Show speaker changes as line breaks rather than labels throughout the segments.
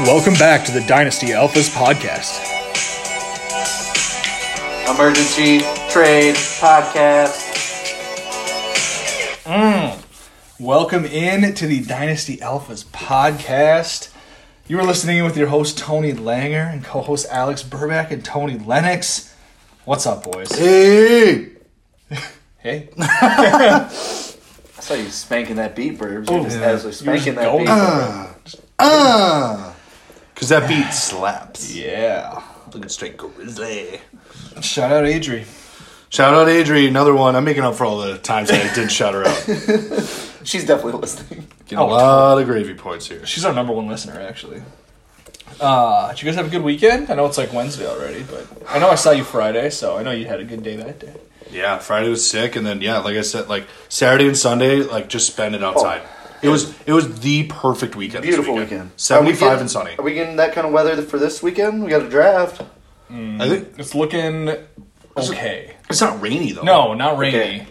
Welcome back to the Dynasty Alphas podcast.
Emergency trade podcast.
Welcome in to the Dynasty Alphas podcast. You are listening in with your host Tony Langer and co-host Alex Burback and Tony Lennox. What's up, boys?
Hey!
Hey,
I saw you spanking that beat, Burbs. You just
Oh, yeah.
as
You were
spanking
just
that
going
beat.
Ah! Because that beat slaps.
yeah.
Looking straight grizzly.
Shout out Adri.
Shout out Adri, another one. I'm making up for all the times that I did shout her out.
She's definitely listening.
Getting
Oh.
a lot of gravy points here.
She's our number one listener, actually. Uh, did you guys have a good weekend? I know it's like Wednesday already, but I know I saw you Friday, so I know you had a good day that day.
Yeah, Friday was sick, and then yeah, like I said, like Saturday and Sunday, like just spend it outside. It was it was the perfect weekend. this
Oh. Beautiful weekend.
Seventy
Are we
five
getting-
and sunny.
Are we getting that kind of weather for this weekend? We got a draft.
I think
It's looking okay.
it's not rainy though.
No, not rainy.
Okay.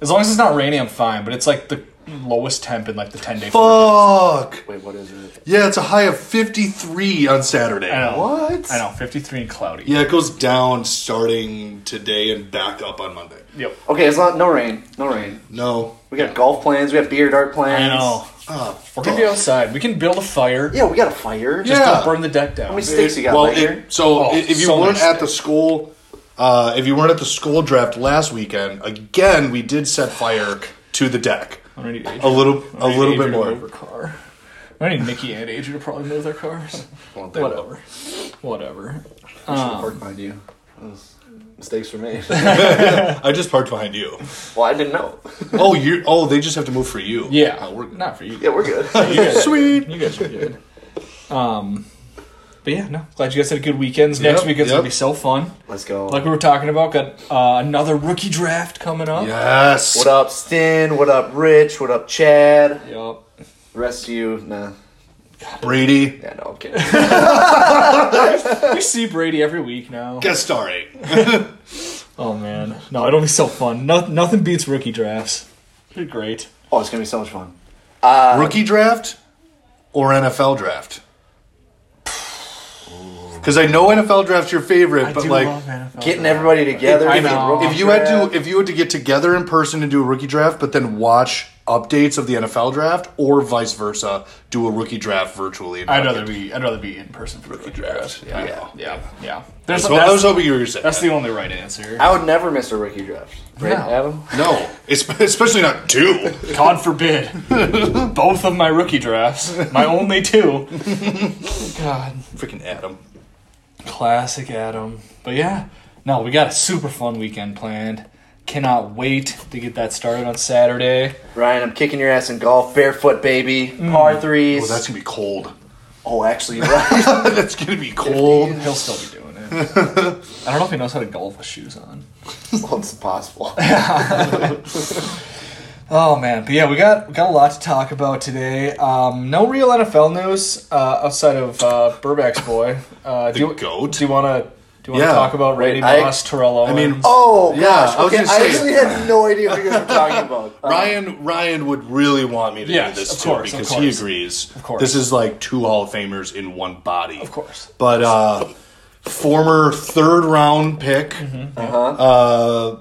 As long as it's not rainy, I'm fine. But it's like the lowest temp in like the ten day.
Fuck.
Wait, what is it?
Yeah, it's a high of fifty three on Saturday.
I know.
What?
I know, 53 and cloudy.
Yeah, it goes down starting today and back up on Monday.
Yep.
Okay, it's not no rain. No rain.
No.
We got golf plans. We got beer dart plans.
I know.
Oh,
We're gonna be outside. We can build a fire.
Yeah, we got a fire.
Just
Yeah.
don't burn the deck down.
How many sticks you got
well,
right
it-
here?
so
Oh,
i- if you
so
weren't
nice
at the school, uh, if you weren't at the school draft last weekend, again we did set fire to the deck.
I'm gonna need Adrian-
A little,
I'm
a
gonna need
little
Adrian
bit
to
more.
move her car. I need Nikki and Adrian to probably move their cars.
Well, they will.
Whatever. Whatever.
I should park behind you. That was mistakes for me.
I just parked behind you.
well, I didn't know.
Oh, you. Oh, they just have to move for you.
Yeah.
Oh, we're-
Not for you.
Yeah, we're good.
you guys
Sweet.
You guys are good. Um, but yeah, no. Glad you guys had a good weekend. Next
Yep,
weekend's
yep.
gonna be so fun.
Let's go.
Like we were talking about, got uh, another rookie draft coming up.
Yes.
What up, Stin? What up, Rich? What up, Chad?
Yup.
The rest of you, nah.
Brady.
Yeah, no, I'm kidding.
We see Brady every week now.
Guest starring.
Oh man, no, it'll be so fun. No, nothing beats rookie drafts. They're great.
oh, it's gonna be so much fun.
Uh,
Rookie draft or NFL draft? Because I know NFL draft's your favorite,
I
but
do
like.
love NFL.
Getting everybody together.
I
getting
know.
rookie
if you had
draft.
to if you had to get together in person and do a rookie draft but then watch updates of the NFL draft or vice versa do a rookie draft virtually in
I'd
person.
rather be I'd rather be in person for rookie draft.
Yeah.
yeah, yeah. yeah. There's
So I
that's,
was hoping you were gonna say
that's the
that.
only right answer.
I would never miss a rookie draft. Right,
No.
Adam?
no it's, especially not two
God forbid. Both of my rookie drafts, my only two. God,
freaking Adam
classic Adam. But yeah, no, we got a super fun weekend planned. Cannot wait to get that started on Saturday.
Ryan, I'm kicking your ass in golf. Barefoot, baby.
Mm.
Par threes.
well that's gonna be cold
oh, actually, you're right.
that's gonna be cold
He'll still be doing it. I don't know if he knows how to golf with shoes on.
well, it's impossible.
Oh man, but yeah, we got we got a lot to talk about today. Um, no real NFL news uh, outside of uh, Burback's boy. Uh, do
The
you,
goat?
Do you want to do you want to
Yeah.
talk about Randy
I-
Moss, Terrell Owens?
I mean,
Oh,
Yeah,
gosh.
I was
okay,
gonna
I
say-
actually had no idea what you guys were talking about. Um,
Ryan Ryan would really want me to
Yes,
do this
of
too
course, of
because he
course.
agrees. Of
course.
this is like two Hall of Famers in one body. Of
course.
but uh, former third round pick, uh,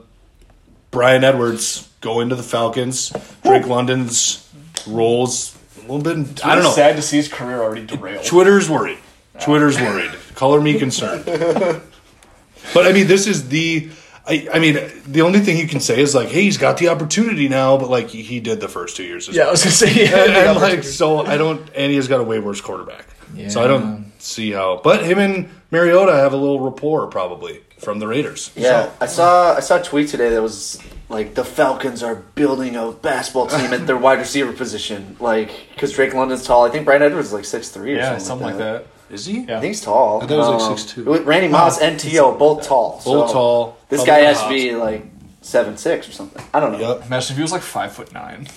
Brian Edwards, go into the Falcons. Drake London's rolls a little bit. I don't know.
It's sad to see his career already derailed.
Twitter's worried. Twitter's worried. Color me concerned. but I mean, this is the. I, I mean, the only thing you can say is like, hey, he's got the opportunity now, but like he, he did the first two years. As
Yeah, I
well.
was gonna say.
and,
Yeah,
and, like so, I don't. And he has got a way worse quarterback. So I don't see how. But him and Mariota have a little rapport probably from the Raiders.
Yeah, I saw I saw a tweet today that was like the Falcons are building a basketball team at their wide receiver position, like because Drake London's tall. I think Brian Edwards is like six three or
yeah,
something,
something like that.
Is he?
I think he's tall. Um,
I thought it was, like, 6'2".
with Randy Moss and To both tall. so
Both tall.
This
Other
guy
than
has to be like seven six or something. I don't know.
Yep.
Imagine if he was like five foot nine.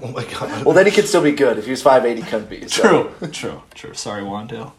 Oh my god.
Well, then he could still be good if he was five eight. He could be so.
True, true, true. Sorry, Wando.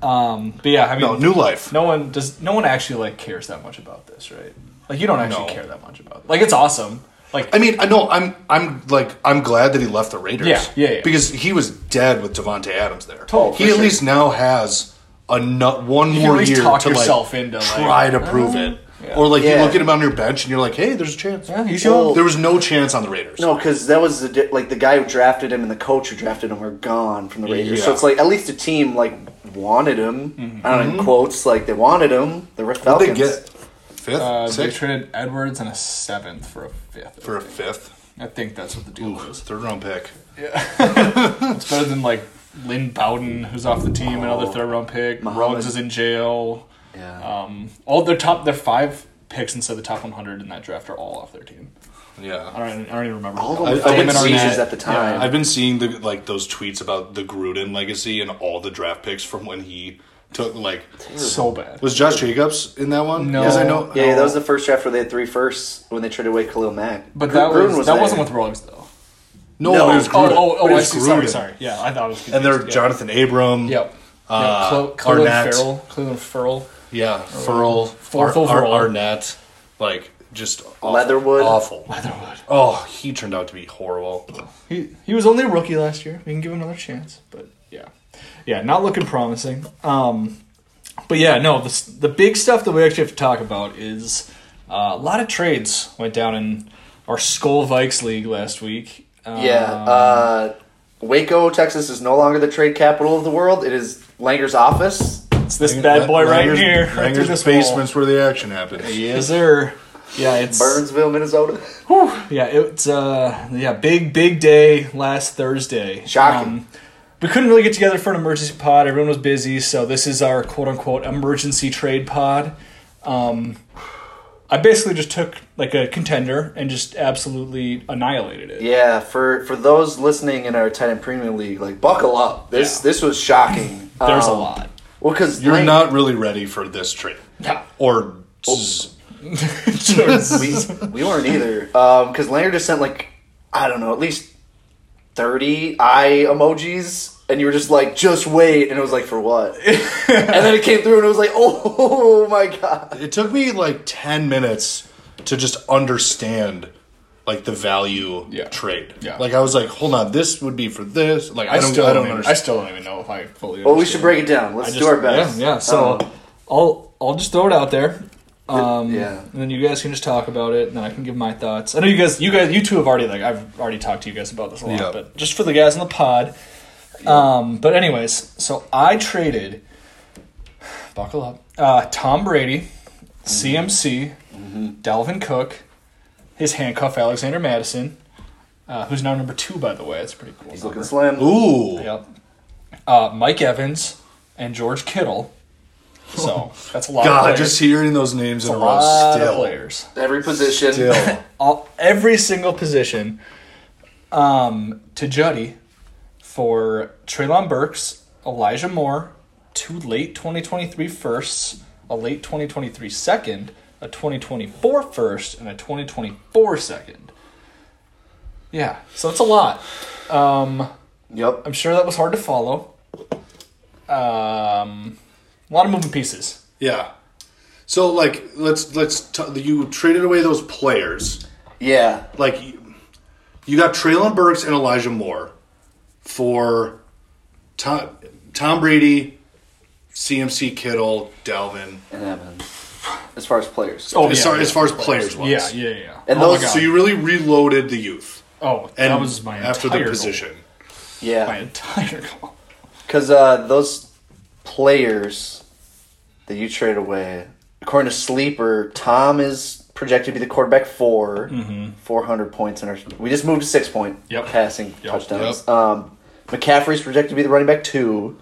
Um, but yeah, I mean,
no, new life.
no one does no one actually like cares that much about this right like you don't actually
No.
care that much about it. like it's awesome Like-
I mean, I know I'm I'm like I'm glad that he left the Raiders.
Yeah, yeah, yeah.
Because he was dead with Devonte Adams there.
Oh, for
he at
sure.
least now has a nut one
can
more
at least
year
talk
to
yourself
like
into, like, Oh,
try to prove it.
yeah.
Or like you
Yeah.
look at him on your bench and you're like, hey, there's a chance.
Yeah, he's
Well,
young.
There was no chance on the Raiders.
No, because that was the di- like the guy who drafted him and the coach who drafted him were gone from the Raiders. So
Yeah.
it's like at least a team like wanted him. I don't know in quotes like they wanted him. The
What
Falcons.
Mm-hmm. they get fifth,
Uh, they
sixth
traded Edwards and a seventh for a fifth.
for a fifth,
I think that's what the deal was.
third round pick.
It's better than like Lynn Bowden, who's off the team,
Oh.
another third round pick.
Muhammad.
Ruggs is in jail.
Yeah.
Um, all their top, their five picks instead of the top 100 in that draft are all off their team. I
Yeah.
don't, I don't even remember.
All
who-
of them
I-
were
I wouldn't
famous
see
seasons
that.
at the time.
I've been seeing the like those tweets about the Gruden legacy and all the draft picks from when he took like
so bad.
was Josh Jacobs in that one?
No.
Because I know oh,
Yeah, that was the first draft where they had three firsts when they traded away Khalil Mack.
But
Gr-
that
Gruden
was, that
there.
wasn't with Ruggs though.
no,
No.
it was
Oh,
Gruden.
oh,
It
oh! I
was
see. Sorry,
Gruden.
sorry. Yeah, I thought it was. Confused.
And they're
yeah.
Jonathan Abram.
Yep.
Uh,
yeah, Cl- Cleveland
Arnett.
Farrell, Cleveland Ferrell.
Yeah, Furl,
Fourth
Ar- Ar-
overall.
Arnett, like just awful,
Leatherwood.
awful.
Leatherwood.
Oh, he turned out to be horrible.
He he was only a rookie last year. We can give him another chance, but yeah, yeah, not looking promising. Um, but yeah, no, the s- the big stuff that we actually have to talk about is uh, a lot of trades went down in our Skull Vikes league last week. Um,
Yeah. Uh, Waco, Texas is no longer the trade capital of the world. It is Langer's office.
it's this bad boy right
Langer's-
here, right through
Langer's
this
basement's where the action happens.
Wall. Yes, sir. Yeah, it's
Burnsville, Minnesota.
Whew. yeah, it's uh, yeah, big big day last Thursday. Um,
Shocking.
we couldn't really get together for an emergency pod. Everyone was busy, so this is our quote unquote emergency trade pod. Um, I basically just took like a contender and just absolutely annihilated it.
Yeah, for for those listening in our tight end premium league, like buckle up. This
Yeah.
this was shocking.
There's a
Um,
lot.
Well, because
You're not really ready for this trade,
Yeah.
or z-
we, we weren't either. Because Langer just sent like I don't know, at least thirty eye emojis, and you were just like, just wait, and it was like, for what? and then it came through, and it was like, oh my god.
it took me like 10 minutes to just understand like the value
Yeah.
trade
Yeah.
like i was like hold on this would be for this like i,
I
don't
still
i don't
even, I
understand
still don't even know if I fully.
Well, we should break it down.
I
Let's
just-
do our best.
Yeah, yeah. So
Um,
I'll I'll just throw it out there. Um,
yeah.
And then you guys can just talk about it, and then I can give my thoughts. I know you guys, you guys, you two have already like I've already talked to you guys about this a lot,
Yeah.
but just for the guys in the pod. Um, but anyways, so I traded. Buckle up. Uh, Tom Brady,
Mm-hmm.
CMC, Dalvin Cook, his handcuff Alexander Madison, uh, who's now number two by the way. That's pretty cool.
he's looking slim.
ooh
Yep. Uh, Mike Evans and George Kittle. So that's a lot. of
god
players.
just hearing those names in
a
a row
lot of
still
players.
Every position.
still
All, every single position. Um, to Juddy for Traylon Burks, Elijah Moore, two late 2023 firsts, a late 2023 second, a 2024 first, and a 2024 second. Yeah, so it's a lot. Um,
Yep.
I'm sure that was hard to follow. Um, a lot of moving pieces.
yeah so like let's let's t- you traded away those players
Yeah.
like you, you got Traylon Burks and Elijah Moore for Tom Tom Brady, CMC Kittle, Dalvin.
And Evans. As far as players.
Oh,
as,
yeah,
far,
yeah.
as far as players wise,
Yeah, yeah, yeah.
And
oh
those-
my God.
So you really reloaded the youth,
oh,
and
that was my
after
entire
the position.
Yeah.
Goal. My entire goal.
Because uh, those players that you trade away, according to Sleeper, Tom is projected to be the quarterback 4 400 points in our. We just moved to six point
Mm-hmm. Yep.
passing
Yep.
touchdowns. Um, McCaffrey's projected to be the running back two,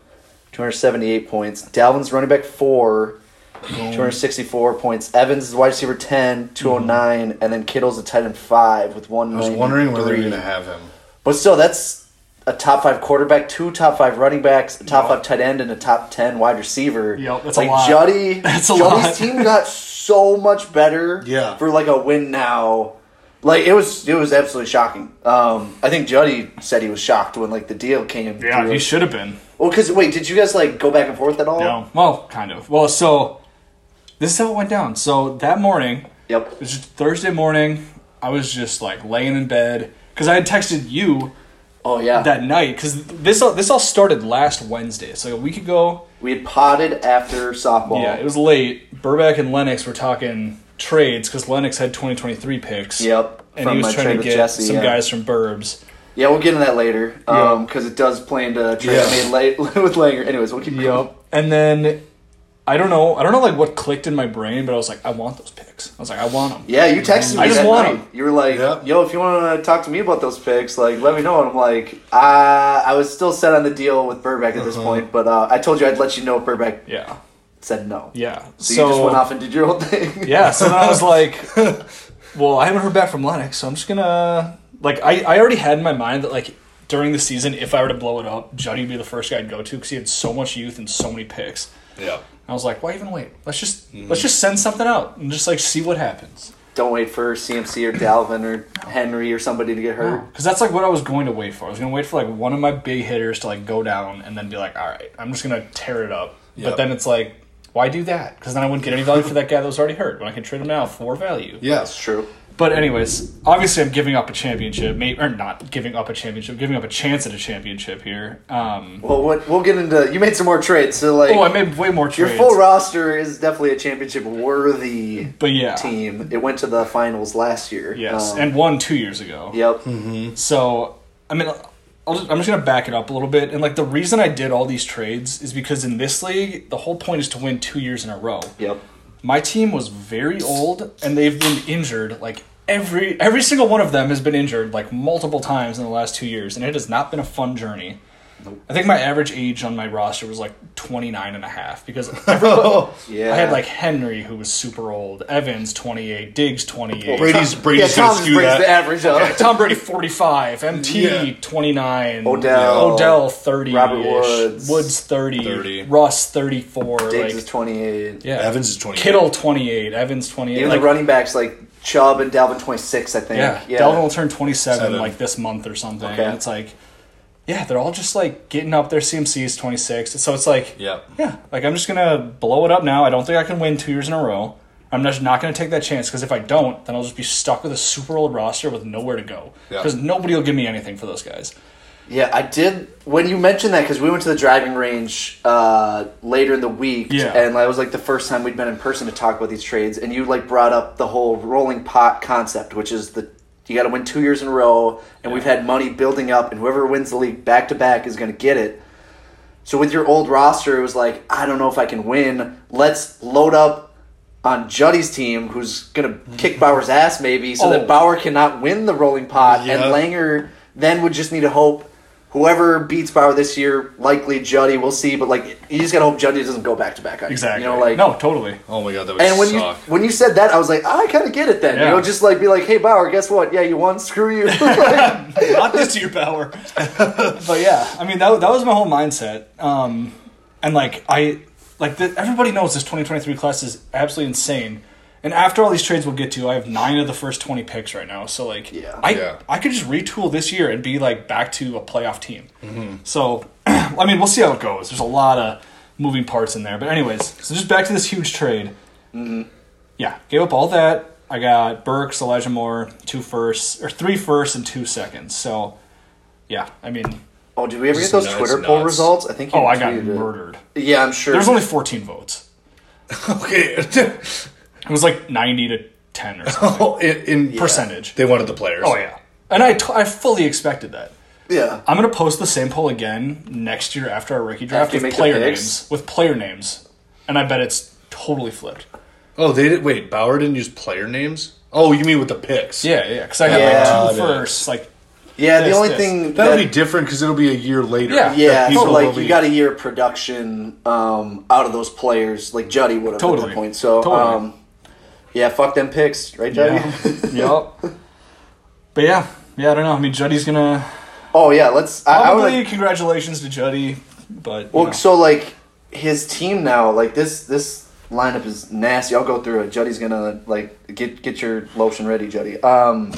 278 points. Dalvin's running back four. 264 points. Evans is wide receiver 10, 209,
Mm-hmm.
and then Kittle's a tight end 5 with one.
I was wondering whether you're going to have him.
But still, that's a top five quarterback, two top five running backs, a top five tight end, and a top ten wide receiver.
Yep, that's a
like
lot.
Juddy.
That's a
Juddy's
lot.
team got so much better.
Yeah.
for like a win now. Like it was, it was absolutely shocking. Um, I think Juddy said he was shocked when like the deal came.
Yeah,
through.
he should have been.
Well, because wait, did you guys like go back and forth at all?
No, well, kind of. Well, so this is how it went down. So that morning,
Yep.
It was just Thursday morning. I was just like laying in bed because I had texted you
Oh yeah,
that night because this all, this all started last Wednesday, so a week ago.
we had potted after softball.
Yeah, it was late. Burback and Lennox were talking trades because Lennox had 2023 picks.
Yep,
and
from
he
my
was
trade
trying to
with
get
Jesse,
some
yeah.
guys from Burbs.
Yeah, we'll get into that later
Yeah.
because it does play into trade
Yeah.
made late with Langer. Anyways, we'll keep going.
Yep. And then I don't know. I don't know like what clicked in my brain, but I was like, I want those picks. I was like, I want them.
Yeah, you texted me.
I just
that
want
night.
him.
You were like,
Yeah.
"Yo, if you want to talk to me about those picks, like, let me know." And I'm like, "Ah, I was still set on the deal with Burbeck at
Uh-huh.
this point, but uh, I told you I'd let you know if Burbeck
Yeah.
said no.
Yeah.
So, you just went off and did your own thing.
Yeah. So then I was like, well, I haven't heard back from Lennox, so I'm just gonna like I I already had in my mind that like during the season, if I were to blow it up, Juddy would be the first guy I'd go to because he had so much youth and so many picks.
Yeah.
I was like, why even wait? Let's just
Mm-hmm.
let's just send something out and just like see what happens.
Don't wait for CMC or Dalvin or Henry or somebody to get hurt.
Because that's like what I was going to wait for. I was going to wait for like one of my big hitters to like go down and then be like, all right, I'm just going to tear it up. But
Yep.
then it's like, why do that? Because then I wouldn't get any value for that guy that was already hurt when I can trade him now for value.
Yeah.
That's true.
But anyways, obviously I'm giving up a championship, maybe or not giving up a championship, giving up a chance at a championship here. Um,
Well, what, we'll get into. You made some more trades, so like,
oh, I made way more
your
trades.
full roster is definitely a championship worthy
but yeah,
team. It went to the finals last year.
yes,
Um,
and one two years ago.
yep.
So, I mean, I'll just, I'm just going to back it up a little bit. And, like, the reason I did all these trades is because in this league, the whole point is to win two years in a row.
Yep.
My team was very old, and they've been injured, like, every every single one of them has been injured, like, multiple times in the last two years. And it has not been a fun journey. I think my average age on my roster was, like, 29 and a half because
Oh,
everybody,
Yeah.
I had, like, Henry, who was super old, Evans, 28, Diggs, 28.
Brady's
Yeah,
Brady's
Tom
gonna
just
skew
brings
that.
the average up.
Tom Brady 45, MT
Yeah.
29,
Odell.
Odell 30,
Robert Woods.
Woods 30,
30.
Russ 34,
Diggs
like
is 28.
yeah.
Evans is 28.
Kittle 28, Evans 28.
Even
like,
the running backs like Chubb and Dalvin 26, I think.
yeah,
yeah.
Dalvin will turn 27
Seven.
like this month or something.
Okay.
And it's like yeah, they're all just like getting up their CMCs 26. So it's like
Yep.
yeah, like I'm just going to blow it up now. I don't think I can win 2 years in a row. I'm just not going to take that chance because if I don't, then I'll just be stuck with a super old roster with nowhere to go.
Yeah.
Because nobody will give me anything for those guys.
Yeah, I did. When you mentioned that, because we went to the driving range uh, later in the week,
Yeah.
and that was like the first time we'd been in person to talk about these trades, and you like brought up the whole rolling pot concept, which is the you got to win two years in a row, and we've had money building up, and whoever wins the league back to back is going to get it. So with your old roster, it was like I don't know if I can win. Let's load up on Juddy's team, who's gonna kick Bauer's ass maybe, so
Oh.
that Bauer cannot win the rolling pot, and
Yeah.
Langer then would just need to hope whoever beats Bauer this year, likely Juddy, we'll see. But like you just gotta hope Juddy doesn't go back to back on you.
Exactly.
You know, like
no, totally.
Oh my god, that would
And when
suck.
you when you said that, I was like, I kind of get it then.
Yeah.
You know, just like be like, hey Bauer, guess what? Yeah, you won. Screw you. Like,
Not this year, power. but yeah, I mean that that was my whole mindset. Um, and like I like the, everybody knows this 2023 class is absolutely insane. And after all these trades we'll get to, I have nine of the first 20 picks right now. So like,
Yeah.
I
Yeah.
I could just retool this year and be like back to a playoff team. So I mean we'll see how it goes. There's a lot of moving parts in there. But anyways, so just back to this huge trade. Yeah, gave up all that. I got Burks, Elijah Moore, two firsts or three firsts and two seconds. So, yeah, I mean,
oh, did we ever
Just
get those
nuts,
Twitter poll
nuts.
results? I think. You
oh, I got
tweeted it.
murdered.
Yeah, I'm sure.
There was only 14 votes.
okay.
It was like 90 to 10 or something
Well, in, in
percentage.
they wanted the players.
Oh yeah, and I t- I fully expected that.
yeah.
I'm gonna post the same poll again next year after our rookie draft
After
with
you make the
player
picks?
names with player names, and I bet it's totally flipped.
Oh, they did. Wait, Bauer didn't use player names. Oh, you mean with the picks?
Yeah, yeah, because I had
Yeah.
like two
Got it.
firsts, like
Yeah, the
Yes,
only
yes.
thing
that'll
that-
be different because it'll be a year later.
Yeah.
Yeah,
That
so
people
like
will
you
be-
got a year of production um, out of those players, like Juddy would have at
Totally.
that point. So,
Totally.
um, yeah, fuck them picks, right, Juddy?
Yeah. yep. But yeah, yeah, I don't know. I mean, Juddy's gonna
oh yeah, let's. I, I
probably
would.
congratulations to Juddy, but you
Well,
know.
so like his team now, like this this lineup is nasty. I'll go through it. Juddy's gonna like get get your lotion ready, Juddy. Um,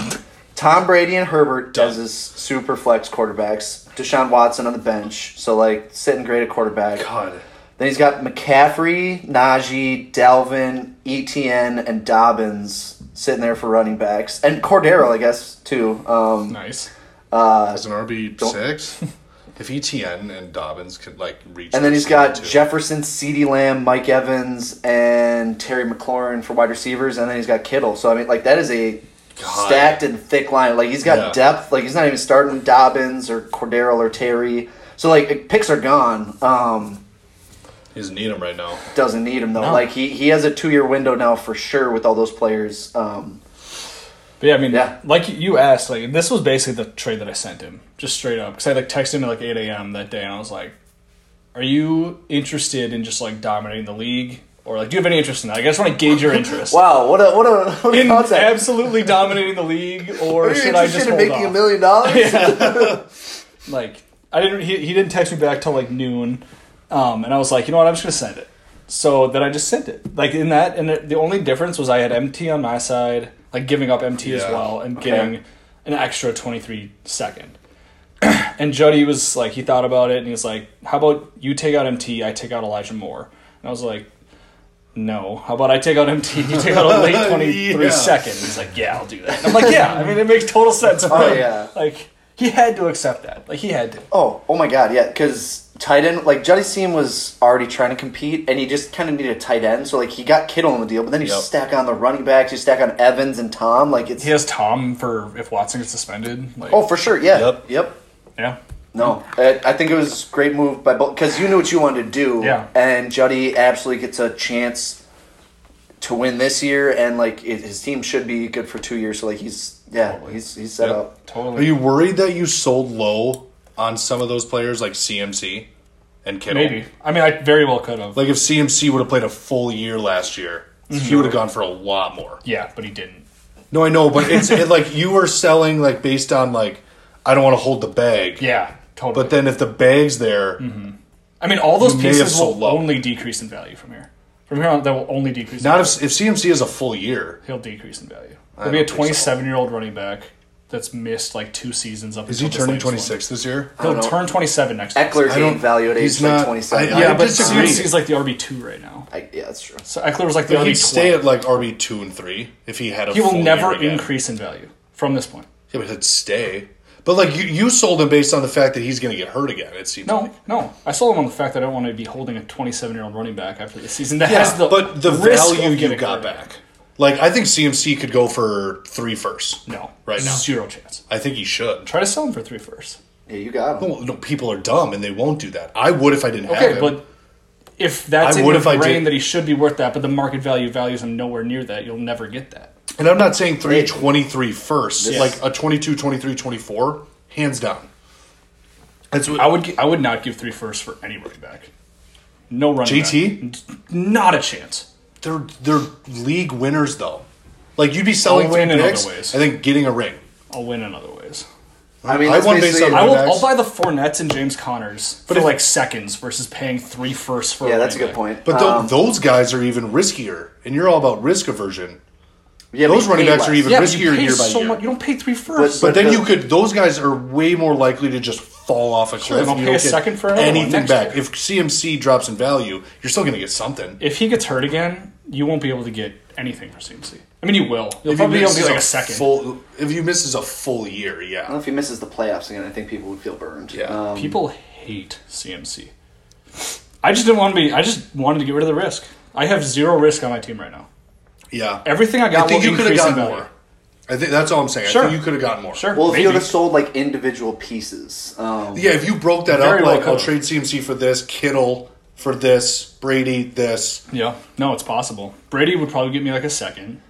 Tom Brady and Herbert as his super flex quarterbacks. Deshaun Watson on the bench, so like sitting great at quarterback.
God.
Then he's got McCaffrey, Najee, Dalvin, ETN, and Dobbins sitting there for running backs and Cordero, I guess too. Um,
Nice.
As an RB six, if Etn and Dobbins could like reach,
And then
that
he's got
speed, too.
Jefferson, CeeDee Lamb, Mike Evans, and Terry McLaurin for wide receivers, and then he's got Kittle. So I mean like that is a
God.
stacked and thick line. Like he's got
Yeah.
depth. Like he's not even starting Dobbins or Cordero or Terry. So like picks are gone. Um
He doesn't need him right now.
doesn't need him though.
No.
Like he, he has a two year window now for sure with all those players. Um
But yeah, I mean,
Yeah.
like you asked, like this was basically the trade that I sent him, just straight up, because I like texted him at like eight a.m. that day, and I was like, "Are you interested in just like dominating the league, or like do you have any interest in that? Like, I just want to gauge your interest."
Wow, what a what a what a
In
concept.
absolutely dominating the league,
Are
or
you
should I
interested
just
in
hold
making a
off?
million dollars?
like I didn't he, he didn't text me back till like noon, um, and I was like, you know what, I'm just gonna send it. So then I just sent it. Like in that, and the, the only difference was I had MT on my side, like giving up MT as
Yeah.
well, and
Okay.
getting an extra 23 second. and Jody was like, he thought about it, and he was like, how about you take out MT, I take out Elijah Moore, and I was like. No. How about I take out MT? You take out a late twenty-three second.
Yeah.
He's like, yeah, I'll do that. And I'm like, yeah. I mean, it makes total sense.
Oh, yeah.
Like he had to accept that. Like he had to.
Oh, oh my God, yeah, because tight end like Juddy Seam was already trying to compete, and he just kind of needed a tight end. So like he got Kittle on the deal, but then you
Yep.
stack on the running backs, you stack on Evans and Tom. Like it's
He has Tom for if Watson gets suspended. Like,
oh for sure, yeah,
Yep.
yep,
yeah.
No, I, I think it was a great move by both because you knew what you wanted to do,
Yeah.
and Juddy absolutely gets a chance to win this year, and like it, his team should be good for two years. So like he's yeah, he's he's set
Yep.
up.
Are
Totally.
you worried that you sold low on some of those players like CMC and Kittle?
Maybe. I mean, I very well could have.
Like if CMC would have played a full year last year,
Mm-hmm.
he would have gone for a lot more.
yeah, but he didn't.
No, I know, but it's it, like you were selling like based on like I don't want to hold the bag.
Yeah, Mm-hmm. totally.
But then if the bag's there,
I mean, all those
You may have
pieces
sold
will
low.
only decrease in value from here. From here on, they will only decrease.
not
in
if if CMC is a full year,
value. he'll decrease in value. There'll be a
don't think so.
27 year old running back that's missed like two seasons up.
is he turning twenty six this year?
I
He'll
don't know.
turn 27 next.
Eckler's
I don't-
getting valued at
he's
age like
not-
twenty seven.
I-
year. Yeah,
Yeah,
but
disagree.
CMC's like the RB two right now.
yeah, that's true.
So Eckler's like the
But
RB
he'd stay
two.
at like RB two and three if he had a.
He will
full
never
year again.
increase in value from this point.
Yeah, but he'd stay. But like you, you sold him based on the fact that he's going to get hurt again. It seems like.
No, no. I sold him on the fact that I don't want to be holding a 27 year old running back after the season. That has the
but the
risk of
value you
getting hurt.
got back. Like I think CMC could go for three first.
No,
Right now.
zero chance.
I think he should.
Try to sell him for three first.
Yeah, you got him.
Well, no, people are dumb and they won't do that. I would if I didn't have
Okay,
him.
but if that's
I
in
would
your
if I
brain
did-
that he should be worth that, but the market value values him nowhere near that, you'll never get that.
and I'm not saying 3 23 first.
This-
Like a 22 23 24 hands down. That's what
I would, gi- I would not give three first for any running back. No running
JT?
back. not a chance.
they're they're league winners though. Like you'd be selling
I'll
three
win in other
picks
ways.
and then getting a ring.
I'll win in other ways.
I mean,
I
that's
won based
basically-
on-
I will.
Running backs?
I'll buy the Fournettes and James Connors for
if-
like seconds versus paying three firsts for.
yeah, that's a
running back.
good point.
But tho-
Um,
those guys are even riskier, and you're all about risk aversion.
yeah, but
those
you
running
pay
backs are
less.
even
Yeah, but
riskier
you pay
year by
so
year.
much. You don't pay three firsts.
But then
But
you
the-
could; those guys are way more likely to just fall off a cliff.
and I'll
you
pay
don't
a
get
second for another one
anything
next
back.
year.
If CMC drops in value, you're still going to get something.
if he gets hurt again, you won't be able to get anything for CMC. I mean, you will. You'll
If he
probably only
misses
like a second.
full- if you misses a full year, yeah.
Well, if he misses the playoffs again, I think people would feel burned.
Yeah.
Um,
People hate CMC. I just didn't want to be. I just wanted to get rid of the risk. I have zero risk on my team right now.
yeah.
Everything I got
I think
will
you could have
increase in
gotten
value.
more. I think that's all I'm saying.
Sure.
I think you could have gotten more.
Sure.
well, if
maybe.
you would have sold like individual pieces, um,
Yeah, if you broke that
Very
up,
well
like I'll
could.
trade CMC for this, Kittle for this, Brady this.
yeah. No, it's possible. Brady would probably get me like a second.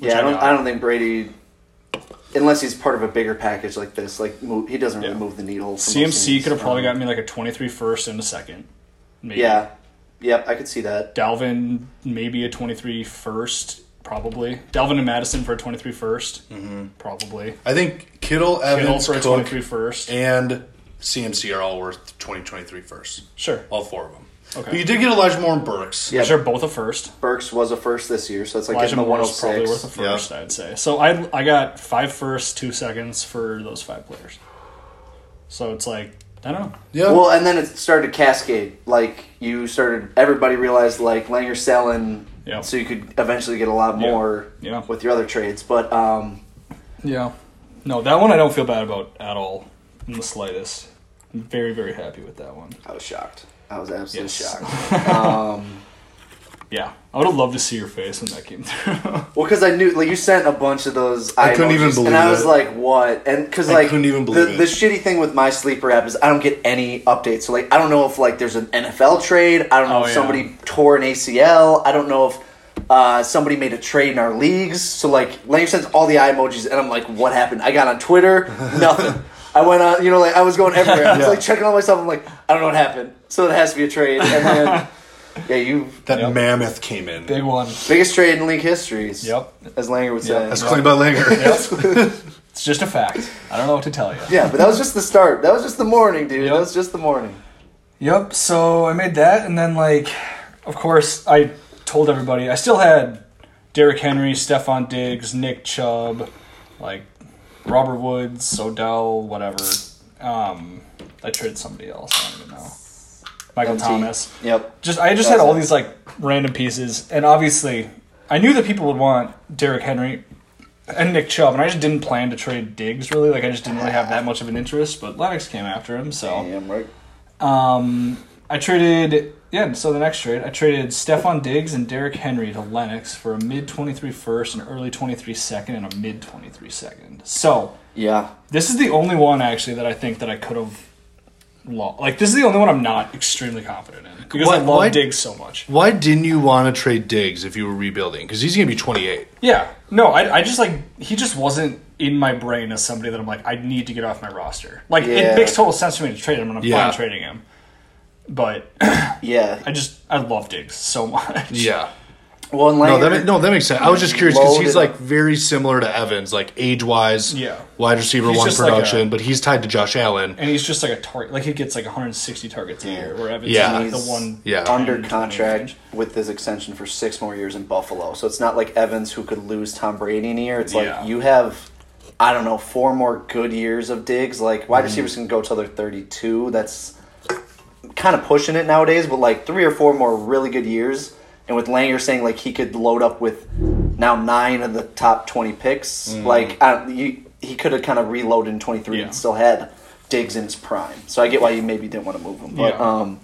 yeah,
I
I don't,
got.
I don't think Brady, unless he's part of a bigger package like this, like move, he doesn't really
Yeah.
move the needle. for most
CMC
teams.
could have probably
Um,
gotten me like a 23 first and a second. Maybe.
Yeah, yep, I could see that.
Dalvin, maybe a 23 first, probably. Dalvin and Madison for a 23 first, probably.
I Mm-hmm. think Kittle,
Kittle
Evans,
for a
Cook,
23 first.
and CMC are all worth 2023 first.
Sure.
All four of them.
Okay.
But you did get Elijah Moore and Burks.
Yeah.
Because they're both a first.
Burks was a first this year, so it's like
Elijah
getting the
Moore is probably
106.
worth a
Yeah.
first, I'd say. So I I got five firsts, two seconds for those five players. So it's like I don't know.
Yeah.
Well, and then it started to cascade. Like you started, everybody realized like Langer's selling,
Yeah.
so you could eventually get a lot
Yeah.
more
Yeah.
with your other trades. But um,
Yeah. No, that one I don't feel bad about at all, in the slightest. I'm very, very happy with that one.
I was shocked. I was absolutely
Yes.
shocked. um,
Yeah, I would have loved to see your face when that came through.
well, because I knew like you sent a bunch of those.
I couldn't
emojis,
even believe
and I was
it.
like, "What?" And because
I
like
couldn't even
the,
believe it.
the shitty thing with my sleeper app is I don't get any updates. So like I don't know if like there's an NFL trade. I don't know
Oh,
if
yeah.
somebody tore an ACL. I don't know if. Uh, somebody made a trade in our leagues, so like Langer sends all the eye emojis, and I'm like, "What happened?" I got on Twitter, nothing. I went on, you know, like I was going everywhere. I was
Yeah.
like checking on myself. I'm like, I don't know what happened, so it has to be a trade. And then, yeah, you
that
Yep.
mammoth came in.
Big one.
Biggest trade in league history.
Yep.
As Langer would say.
Yep.
That's claimed by Langer.
It's just a fact. I don't know what to tell you.
yeah, but that was just the start. That was just the morning, dude.
Yep.
That was just the morning.
Yep. So I made that, and then like, of course, I told everybody I still had Derrick Henry, Stephon Diggs, Nick Chubb, like Robert Woods, Odell, whatever. Um, I traded somebody else. I don't even know. Michael
MT.
Thomas.
Yep.
Just I just had all these like random pieces, and obviously, I knew that people would want Derrick Henry and Nick Chubb, and I just didn't plan to trade Diggs really. Like I just didn't really have that much of an interest. But Lennox came after him, so.
Damn right.
Um, I traded. Yeah, so the next trade, I traded Stefan Diggs and Derrick Henry to Lennox for a mid 23 first, an early 23 second, and a mid 23 second. So
Yeah.
this is the only one actually that I think that I could have lost. Like this is the only one I'm not extremely confident in because I
Why-
love
why-
Diggs so much.
Why didn't you want to trade Diggs if you were rebuilding? Because he's going to be 28.
Yeah, no, I, I just like he just wasn't in my brain as somebody that I'm like I need to get off my roster. Like
Yeah.
it makes total sense for me to trade him, and I'm
Yeah.
fine trading him. But
Yeah.
I just I love Diggs so much.
Yeah.
Well, and
No,
Langer.
that ma- no, that makes sense. I was just curious because he's
Loaded up.
like very similar to Evans, like age wise.
Yeah.
Wide receiver
He's
one
just like
production,
a-
but he's tied to Josh Allen.
and he's just like a target. Like he gets like 160 targets a year, where Evans
Yeah.
is like
He's
the one.
Yeah.
under
10, 20
contract
range.
with this extension for six more years in Buffalo. So it's not like Evans who could lose Tom Brady in a year. It's like
Yeah.
you have, I don't know, four more good years of digs. Like
Mm-hmm.
wide receivers can go till they're 32. That's kind of pushing it nowadays, but like three or four more really good years. And with Langer saying like he could load up with now nine of the top 20 picks, like I, don't- you, he could have kind of reloaded in 23
Mm. Yeah.
and still had digs in his prime. So I get why you maybe didn't want to move him. But
Yeah.
um,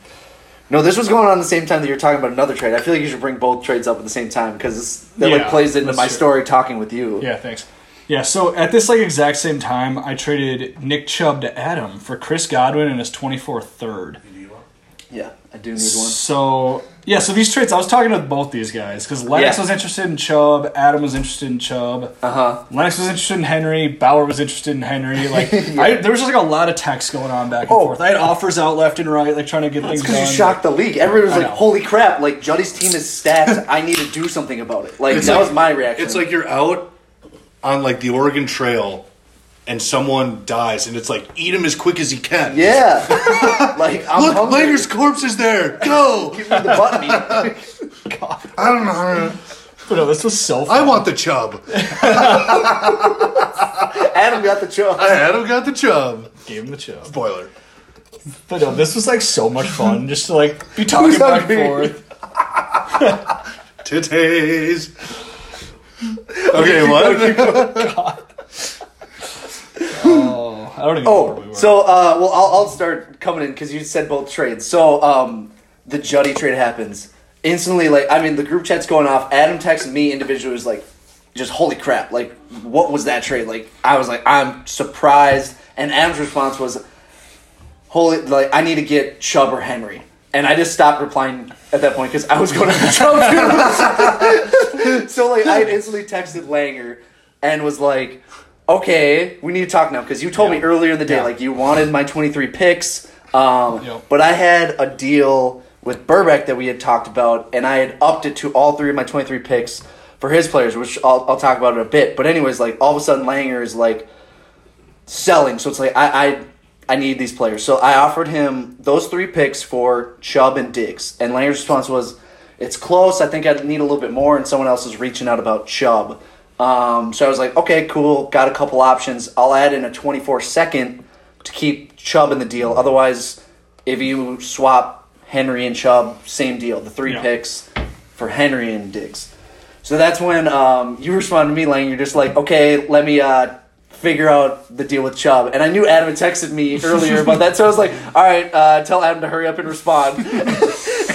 no, this was going on the same time that you're talking about another trade. I feel like you should bring both trades up at the same time because that
Yeah,
like plays into
that's
my
true.
story talking with you.
Yeah, thanks. Yeah, so at this like exact same time, I traded Nick Chubb to Adam for Chris Godwin and his 24th third.
Yeah, I do need one.
So yeah, so these trades, I was talking to both these guys because Lennox
Yeah.
was interested in Chubb, Adam was interested in Chubb,
Uh huh.
Lennox was interested in Henry, Bauer was interested in Henry. Like I, there was just like a lot of text going on back and
Oh.
forth. I had offers out left and right, like trying to get things
Because
done.
you shocked the league. Everybody was
I
like,
know.
"Holy crap! Like Juddy's team is stacked. I need to do something about it." Like
It's
that
like-
was my reaction.
It's like you're out on like the Oregon Trail and someone dies, and it's like, eat him as quick as he can.
yeah, like I'm
Look,
hungry.
Langer's corpse is there. Go.
Give me the butt meat.
I don't know.
But no, this was so. Fun.
I want the chub.
Adam got the choke.
Adam got the chub.
gave him the Chubb.
Spoiler.
But no, this was like so much fun just to like be talking
Who's
back
hungry?
and forth.
Titties. Okay, what?
I don't even know where we
Oh,
were.
so uh, well, I'll, I'll start coming in because you said both trades. So um, the Juddy trade happens instantly. Like I mean, the group chat's going off. Adam texted me individually was like, "Just holy crap! Like what was that trade?" Like I was like, "I'm surprised," and Adam's response was, "Holy! Like I need to get Chubb or Henry." And I just stopped replying at that point because I was going to the Chubb. dude. So like I had instantly texted Langer and was like, "Okay, we need to talk now because you told me earlier in the day
Yeah.
like you wanted my 23 picks, um,
Yep.
but I had a deal with Burbeck that we had talked about, and I had upped it to all three of my 23 picks for his players, which I'll, I'll talk about in a bit. But anyways, like all of a sudden Langer is like selling, so it's like I. I I need these players. So I offered him those three picks for Chubb and Diggs. And Langer's response was, it's close. I think I need a little bit more. And someone else is reaching out about Chubb. Um, so I was like, okay, cool. Got a couple options. I'll add in a 24 second to keep Chubb in the deal. Otherwise, if you swap Henry and Chubb, same deal. The three
Yeah.
picks for Henry and Diggs. So that's when um, you responded to me, Lang. You're just like, okay, let me uh, figure out the deal with Chubb. And I knew Adam had texted me earlier about that, so I was like, all right, uh, tell Adam to hurry up and respond.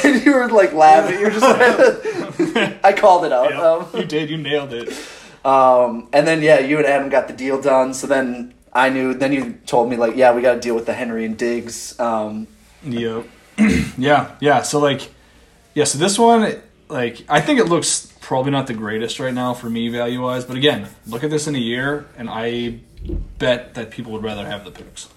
and you were like laughing. You were just like, I called it out. Um,
you did. You nailed it.
um, and then yeah, you and Adam got the deal done. So then I knew. Then you told me like, yeah, we got to deal with the Henry and Diggs. Um,
Yep. yeah, yeah. So like, yeah. So this one, like, I think it looks probably not the greatest right now for me value wise. But again, look at this in a year, and I bet that people would rather have the picks.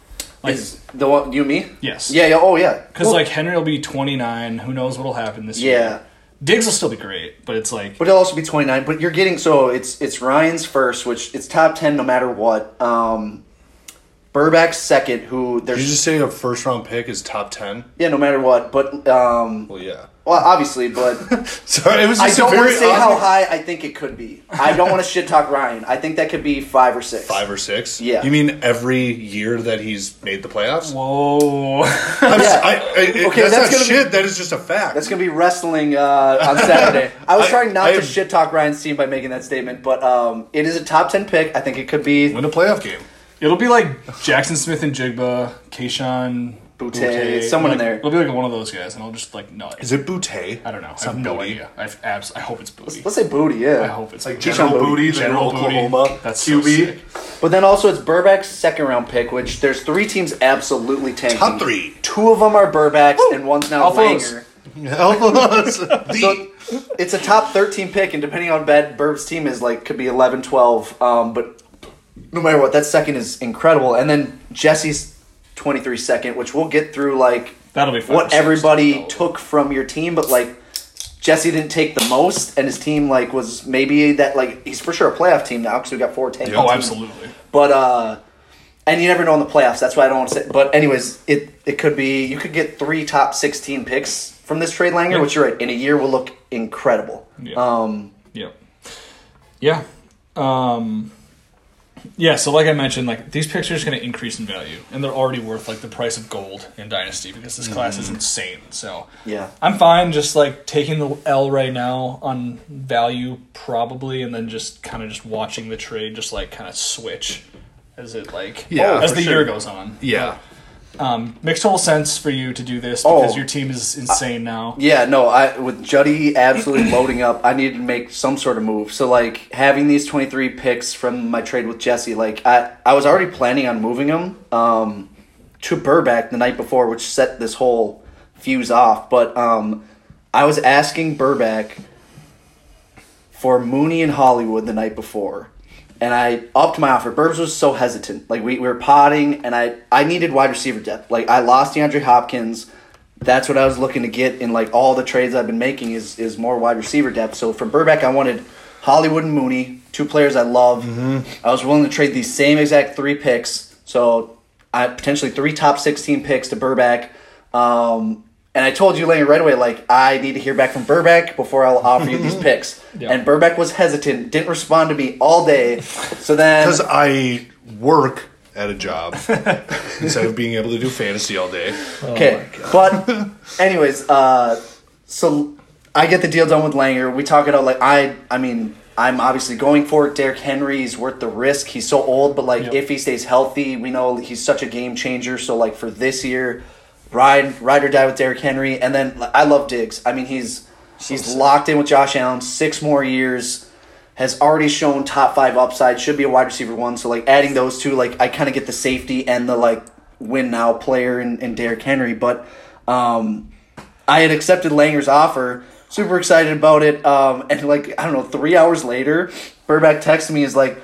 Like,
is the one you and me?
yes.
Yeah. yeah oh yeah.
Because
Well,
like Henry will be 29. Who knows what'll happen this year?
yeah.
Diggs will still be great, but it's like
But it'll also be 29. But you're getting so it's it's Ryan's first, which it's top 10 no matter what. Um, Burback's second, who
Did you
there's
just say a first round pick is top ten?
yeah no matter what. But um,
Well, yeah.
well obviously, but
Sorry, it was.
I
Just
don't
want
want to say how high I think it could be. I don't want to shit talk Ryan. I think that could be five or six.
Five or six.
Yeah.
You mean every year that he's made the playoffs?
whoa.
I'm
Yeah.
s- I- I-
Okay,
that's,
that's
not
gonna be-
shit. that is just a fact.
That's gonna be wrestling uh, on Saturday. I was
I-
trying not
I
to
am-
shit talk Ryan's team by making that statement, but um, it is a top ten pick. I think it could be
Win a playoff game.
It'll be like Jackson Smith and Jigba, Keyshawn,
Boutte, someone in
like,
there.
It'll be like one of those guys, and I'll just like nut.
Is it Boutte?
I don't know. I have no idea. I've abs- I hope it's booty.
let's say booty,
I
yeah.
hope it's like
General Booty,
General Booty. That's so sick.
But then also it's Burback's second round pick, which there's three teams absolutely tanking.
Top three.
Two of them are Burbacks, and one's now
Alphos.
Langer.
the,
It's a top 13 pick, and depending on bad Burb's team is, like, could be 11, 12. Um, but no matter what, that second is incredible. And then Jesse's 23 second, which we'll get through, like,
That'll be fun.
what everybody took from your team, but, like, Jesse didn't take the most, and his team, like, was maybe that, like, he's for sure a playoff team now because we got four tanking
Oh,
teams.
absolutely.
But uh and you never know in the playoffs. That's why I don't want to say. But anyways, it it could be you could get three top sixteen picks from this trade, Langer, which you're right. In a year, will look incredible.
Yeah.
Um,
Yep. Yeah. Um, yeah. So, like I mentioned, like these picks are just going to increase in value, and they're already worth like the price of gold in Dynasty because this class is insane. So,
Yeah.
I'm fine just like taking the L right now on value probably, and then just kind of just watching the trade just like kind of switch as it like
Yeah,
as
for
the
sure.
year goes on.
yeah.
Um, makes total sense for you to do this
Oh.
because your team is insane now.
yeah, no, I with Juddy absolutely loading up, I needed to make some sort of move. So like having these twenty three picks from my trade with Jesse, like I I was already planning on moving him um, to Burback the night before, which set this whole fuse off. But um, I was asking Burback for Mooney and Hollywood the night before. And I upped my offer. Burbs was so hesitant. Like we, we were potting and I, I needed wide receiver depth. Like I lost DeAndre Hopkins. That's what I was looking to get in like all the trades I've been making is is more wide receiver depth. So from Burbeck I wanted Hollywood and Mooney, two players I love. I was willing to trade these same exact three picks. So I potentially three top sixteen picks to Burback. Um, and I told you Lane right away, like I need to hear back from Burbeck before I'll offer you these picks. And Burbeck was hesitant, didn't respond to me all day. So then,
Because I work at a job instead of being able to do fantasy all day.
okay, but anyways, uh, so I get the deal done with Langer. We talk it out like I, I mean, I'm obviously going for it. Derrick Henry's worth the risk. He's so old, but like
Yep.
if he stays healthy, we know he's such a game changer. So like for this year, ride ride or die with Derrick Henry, and then like, I love Diggs. I mean, he's he's locked in with Josh Allen. Six more years. Has already shown top five upside. Should be a wide receiver one. So like adding those two, like I kind of get the safety and the like win now player in, in Derrick Henry, but. Um, I had accepted Langer's offer, super excited about it. Um, and like I don't know, three hours later, Burback texts me is like,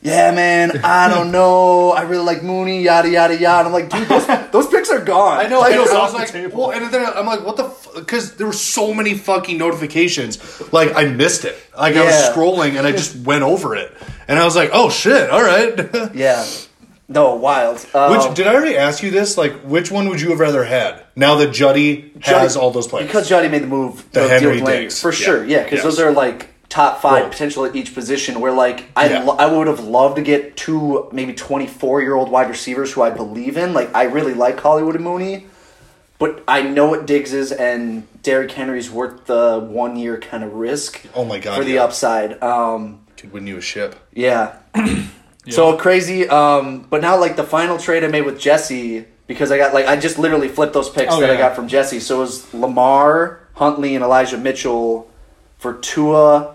"Yeah, man, I don't know. I really like Mooney, yada yada yada." I'm like, "Dude, those, those picks are gone."
I know. I
Like,
know.
it's
I
off
was
the
like,
table.
well, and then I'm like, what the? Because there were so many fucking notifications. Like I missed it. Like I was
Yeah.
scrolling and I just went over it, and I was like, oh shit, all right. which
Yeah. No, wild. Um,
Oh.
did I already ask you this? Like, which one would you have rather had? Now that Juddy
Jody-
has all those players,
Because Jody made the move,
The
the
Henry
deal with Langer,
Diggs.
for
Yeah.
sure. Yeah, because
Yes.
those are like top five potential at each position. Where like I
Yeah.
lo- I would have loved to get two maybe twenty four year old wide receivers who I believe in. Like I really like Hollywood and Mooney, but I know what Diggs is and Derrick Henry's worth the one year kind of risk.
Oh my God,
for the
yeah.
upside. Um,
Could win you a ship.
yeah. So crazy. Um, but now like the final trade I made with Jesse because I got like I just literally flipped those picks
Oh,
that I
yeah.
got from Jesse. So it was Lamar, Huntley, and Elijah Mitchell for Tua,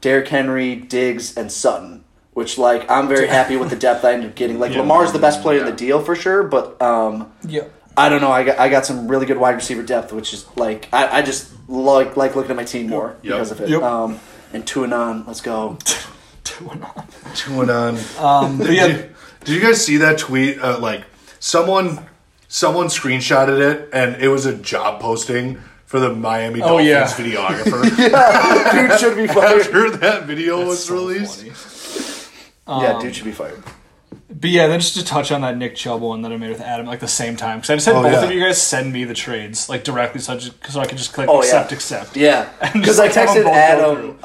Derrick Henry, Diggs, and Sutton. Which like I'm very happy with the depth I ended up getting. Like Lamar's the best player in the deal for sure, but um,
Yeah.
I don't know. I got I got some really good wide receiver depth, which is like I, I just like like looking at my team more
Yep.
because of it.
Yep.
Um, and Tuanon, let's go.
Two and on.
Um, but yeah,
Did, did you guys see that tweet? Uh, like someone, someone screenshotted it, and it was a job posting for the Miami
Oh,
Dolphins
yeah.
videographer.
Dude should be fired.
After that video was released,
yeah, dude should be fired.
but yeah, then just to touch on that Nick Chubb one that I made with Adam, like the same time, because I just had
Oh,
both
yeah.
of you guys send me the trades like directly, so I, just, so I could just click
Oh, yeah.
accept, accept.
Yeah, because
just
I
like have
texted
them both
Adam.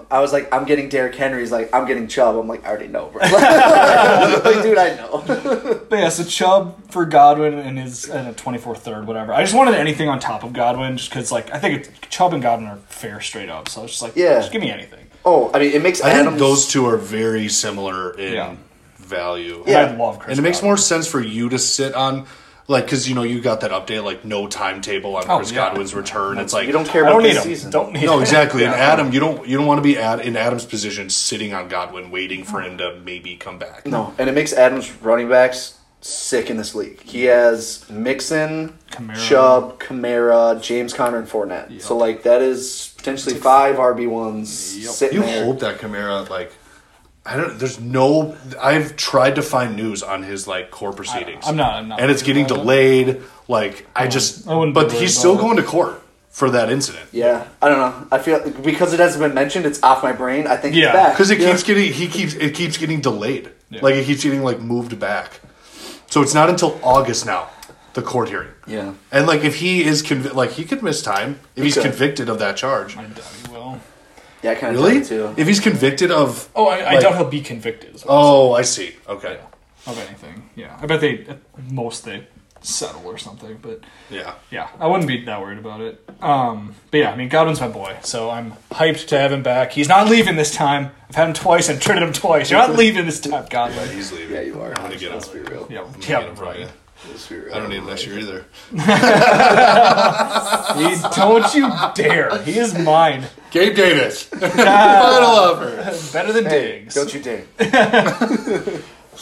Um, I was like, I'm getting Derrick Henry. He's like, I'm getting Chubb. I'm like, I already know, bro. like, dude, I know.
But yeah, so Chubb for Godwin and his and a 24 third, whatever. I just wanted anything on top of Godwin, just because like I think it's, Chubb and Godwin are fair straight up. So I was just like,
Yeah.
just give me anything.
Oh, I mean, it makes
I
Adam
think those two are very similar in
Yeah.
value.
And
Yeah.
I love Chris.
and it makes
Godwin.
more sense for you to sit on, like, because you know you got that update, like no timetable on
Oh,
Chris
yeah.
Godwin's return. It's like
You don't care
I
about
don't need
this
him.
season.
Don't need
No,
him.
exactly. And
Yeah.
Adam, you don't you don't want to be at in Adam's position, sitting on Godwin, waiting for him to maybe come back.
No, and it makes Adam's running backs sick in this league. He has Mixon,
Kamara.
Chubb, Kamara, James Conner, and Fournette. So like that is potentially five RB ones sitting
You
there.
hope that Kamara like. I don't. There's no. I've tried to find news on his like core proceedings.
I'm not- I'm not
And it's getting
worried about
delayed. Like I just.
I wouldn't be
but
worried
he's still
about it.
going to court for that incident.
Yeah, I don't know. I feel because it hasn't been mentioned, it's off my brain. I think
Yeah,
it's back
Because it
Yeah.
keeps getting. He keeps. It keeps getting delayed.
Yeah.
Like it keeps getting like moved back. So it's not until August now. The court hearing.
Yeah.
And like if he is convi- like he could miss time if he's
could.
convicted of that charge.
I doubt he will.
Yeah, I kind of
Really?
too.
If he's convicted of
Oh, I, I
Like-
doubt he'll be convicted. is what I'm
Oh, I see. Okay.
saying, of anything. Yeah, I bet they at most they settle or something. But
Yeah.
yeah, I wouldn't be that worried about it. Um, but yeah, I mean Godwin's my boy, so I'm hyped to have him back. He's not leaving this time. I've had him twice and traded him twice. You're not leaving this time, Godwin.
He's leaving.
Yeah, you are.
I'm gonna get
Let's be
him.
real.
Yeah,
Get
yeah,
him,
right.
right.
Let's be real.
I don't need him next year either.
He, don't you dare. He is mine.
Gabe Davis. Final offer.
Better than
Hey,
Diggs.
don't you dare.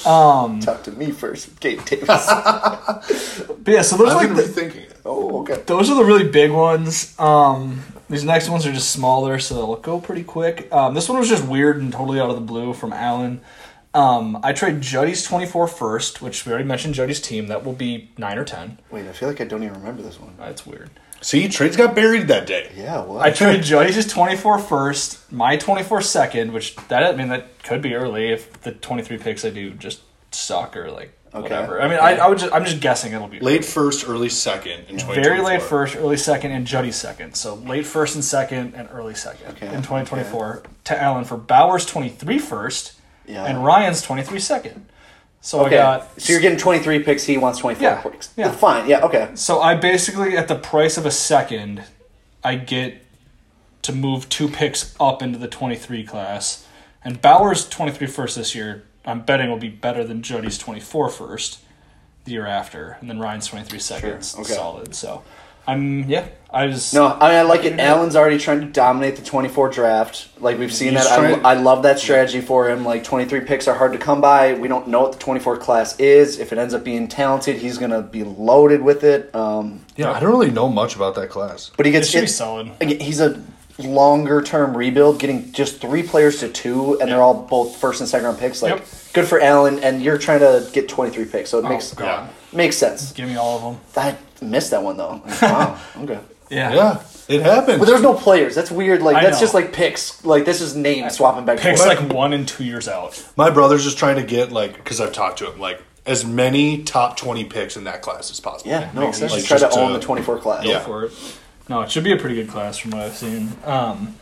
um, Talk to me first, Gabe Davis.
But yeah, so those
I've
like
been
the,
rethinking it.
oh, okay.
those are the really big ones. Um, these next ones are just smaller, so they'll go pretty quick. Um, this one was just weird and totally out of the blue from Alan. Um, I trade Juddy's 24 first, which we already mentioned Juddy's team. That will be 9 or 10.
Wait, I feel like I don't even remember this one.
That's weird.
See, trades got buried that day.
Yeah, what?
I trade Juddy's 24 first, my 24 second, which that, I mean, that could be early if the 23 picks I do just suck or like whatever. I mean, I, I would just, I'm just guessing it'll be
Late first, early second in
Very late
2024.
first, early second, and Juddy second. So late first and second, and early second
Okay.
in 2024 to Allen for Bowers 23 first
Yeah.
and Ryan's 23 second. So
okay.
I got.
so you're getting 23 picks. He wants 24
Yeah,
picks.
yeah.
Fine. Yeah. Okay.
so I basically, at the price of a second, I get to move two picks up into the 23 class. And Bowers 23 first this year, I'm betting will be better than Juddy's 24 first the year after. And then Ryan's 23 seconds
okay.
solid. So I'm, yeah, I was.
No, I mean I like it. Allen's already trying to dominate the 24 draft. Like we've seen
He's
that. I,
trying-
I love that strategy for him. Like 23 picks are hard to come by. We don't know what the 24 class is. If it ends up being talented, he's gonna be loaded with it. Um,
Yeah, I don't really know much about that class.
but he
It
gets
should be
it-
solid.
Again, he's a longer term rebuild, getting just three players to two, and they're all both first and second round picks. Like,
Yep. Oh,
good for Allen, and you're trying to get 23 picks, so it makes
God.
makes sense.
Give me all of them.
I missed that one though. Like, wow. okay.
Yeah.
Yeah, it happened.
But there's no players. That's weird. Like
I
that's
know.
just like picks. Like this is name swapping back. and
Picks
forth.
like one and two years out.
My brother's just trying to get like because I've talked to him like as many top twenty picks in that class as possible.
yeah, no.
makes
He's
sense.
just trying to
Like,
uh,
just
own
to-
the 24 class.
Yeah.
for it. No, it should be a pretty good class from what I've seen. Um,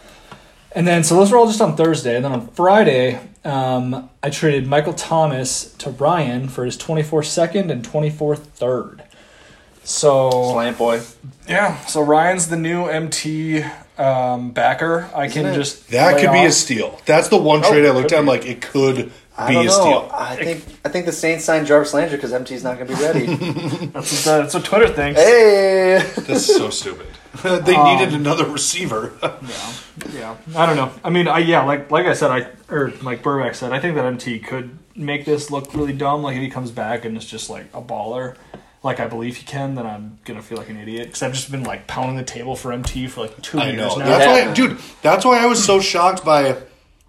And then, so those were all just on Thursday. And then on Friday, um, I traded Michael Thomas to Ryan for his 24 second and 24 third. So,
Slant boy.
yeah, so Ryan's the new MT um, backer. I can just.
That
lay
could be
off.
a steal. That's the one trade I looked
could
at. I'm
be.
like, it could
I
be
don't
a
know.
steal.
I think I think the Saints signed Jarvis Landry because MT's not going to be ready.
That's what, that's what Twitter thinks.
hey,
That's so stupid. they
Um,
needed another receiver.
Yeah, I don't know. I mean, I yeah, like like I said, I or like Burback said, I think that MT could make this look really dumb. Like if he comes back and is just like a baller, like I believe he can, then I'm gonna feel like an idiot because I've just been like pounding the table for MT for like two
I
years
know.
now.
That's
Yeah.
why, dude. That's why I was so shocked by,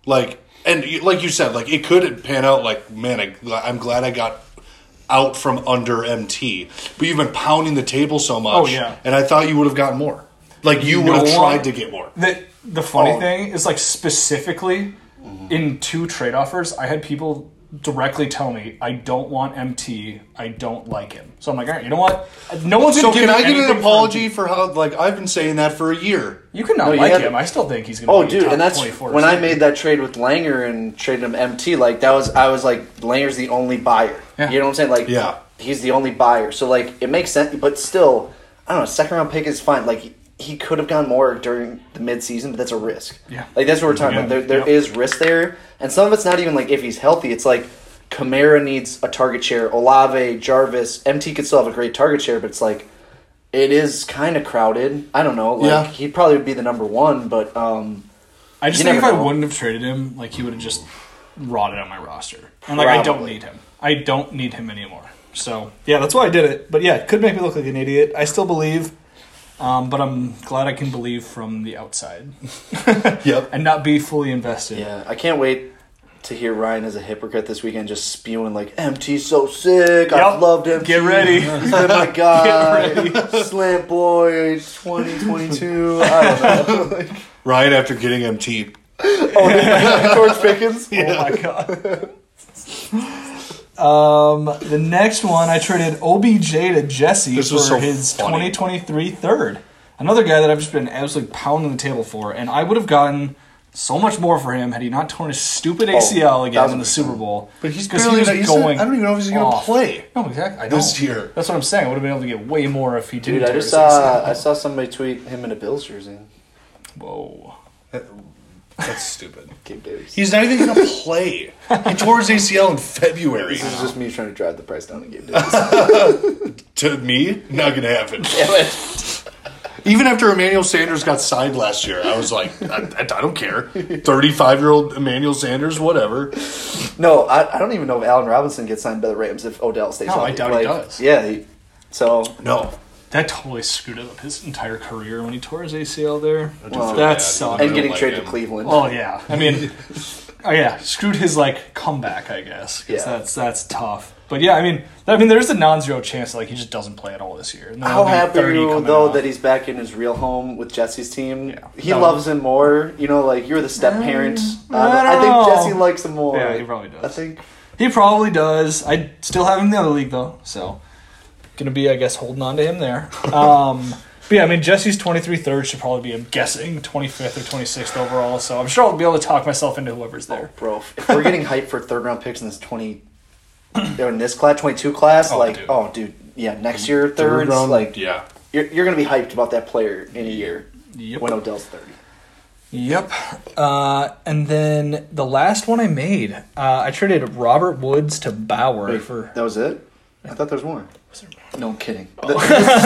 like, and you- like you said, like it could pan out. Like, man, I, I'm glad I got out from under MT. But you've been pounding the table so much.
Oh, yeah.
And I thought you would have gotten more. Like you would have
know
tried
what?
to get more.
The the funny
Oh. Mm-hmm.
thing is like specifically in two trade offers, I had people directly tell me I don't want MT, I don't like him. So I'm like, all right, you know what? No one's
So
gonna give
can
me
I get
anything
an
for
apology for how? Like I've been saying that for a year.
MT. You can not
you
like
have-
him. I still think he's gonna.
Oh,
be
dude,
top
and that's
24
when I
receiver.
made that trade with Langer and traded him MT. Like that was, I was like, Langer's the only buyer.
Yeah.
You know what I'm saying? Like,
Yeah.
he's the only buyer. So like, it makes sense. But still, I don't know. Second round pick is fine. Like he, he could have gone more during the midseason, but that's a risk.
Yeah.
Like that's what we're talking about. There, there is
Yeah.
risk there, and some of it's not even like if he's healthy. It's like. Kamara needs a target share. Olave, Jarvis, MT could still have a great target share, but it's like it is kind of crowded. I don't know. Like
Yeah.
he probably would be the number one, but um,
I just
You
think if
never
I
know.
wouldn't have traded him, like he would have just rotted on my roster. And like I don't
Probably.
need him. I don't need him anymore. So yeah, that's why I did it. But yeah, it could make me look like an idiot. I still believe, um, but I'm glad I can believe from the outside
Yep.
and not be fully invested.
Yeah, I can't wait to hear Ryan as a hypocrite this weekend, just spewing like MT's so sick. I
Yep.
loved him.
Get ready.
He's been my guy. Slant boy, twenty twenty two. I don't know.
Ryan, after getting MT,
George Pickens.
Oh my god. Oh um, the next one I traded OBJ to Jesse
This
for
was so
his
funny.
2023 third. Another guy that I've just been absolutely pounding the table for, and I would have gotten so much more for him had he not torn his stupid
Oh,
ACL again in the
1000%.
Super Bowl.
but he's
'Cause he
barely.
was
he's I don't even know if he's going to
off.
play.
No, exactly. I
This
don't.
year.
That's what I'm saying. I would have been able to get way more if he didn't.
Dude, I
tear
just uh,
his
saw
ACL.
I saw somebody tweet him in a Bills jersey.
Whoa.
That's stupid.
Gabe Davis.
He's not even going to play. He tore his ACL in February.
This is just me trying to drive the price down in Gabe Davis.
To me, not going to happen.
Damn it.
Even after Emmanuel Sanders got signed last year, I was like, I, I, I don't care. 35 year old Emmanuel Sanders, whatever.
No, I, I don't even know if Allen Robinson gets signed by the Rams if Odell stays.
No, I
healthy.
doubt he
like,
does.
Yeah, he, so
No.
That totally screwed up his entire career when he tore his ACL there.
feel
that
bad.
sucked.
don't
and getting
like
traded
him.
to Cleveland.
Oh yeah, I mean, oh yeah, screwed his like comeback, I guess. 'cause
Yeah.
that's that's tough. But yeah, I mean, I mean, there's a non-zero chance like he just doesn't play at all this year. And then
How
there'll be
happy are
30
you
coming
though
off.
that he's back in his real home with Jesse's team? He
No.
loves him more. You know, like you're the step parent. Uh,
I
I,
don't
think
know.
Jesse likes him more.
Yeah, he probably does.
I think.
he probably does. I still have him in the other league though, so gonna be I guess holding on to him there. Um, but yeah, I mean Jesse's 23 third should probably be I'm guessing 25th or 26th overall. So I'm sure I'll be able to talk myself into whoever's there.
Bro, if we're getting hyped for third round picks in this twenty, or in this class, twenty two class,
Oh,
like,
dude. Mm,
oh, dude, yeah, next year thirds,
round,
like,
yeah.
you're, you're gonna be hyped about that player in a year
Yep.
when Odell's thirty.
Yep. Uh, and then the last one I made, uh, I traded Robert Woods to Bauer for. Oh.
That was it. I thought there was more. No, I'm kidding. There's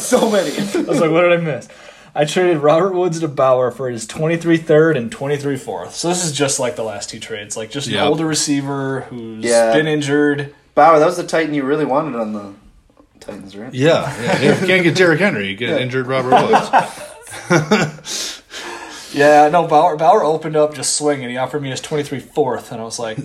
so many. There's so
I was like, what did I miss? I traded Robert Woods to Bauer for his 23 third and 23 fourth. So this is just like the last two trades, like just
Yeah.
an older receiver who's
Yeah.
been injured.
Bauer, that was the Titan you really wanted on the Titans, right?
Yeah. yeah. You can't get Derrick Henry. You get injured Robert Woods.
Yeah, no, Bauer Bauer opened up just swinging. He offered me his 23 fourth, and I was like,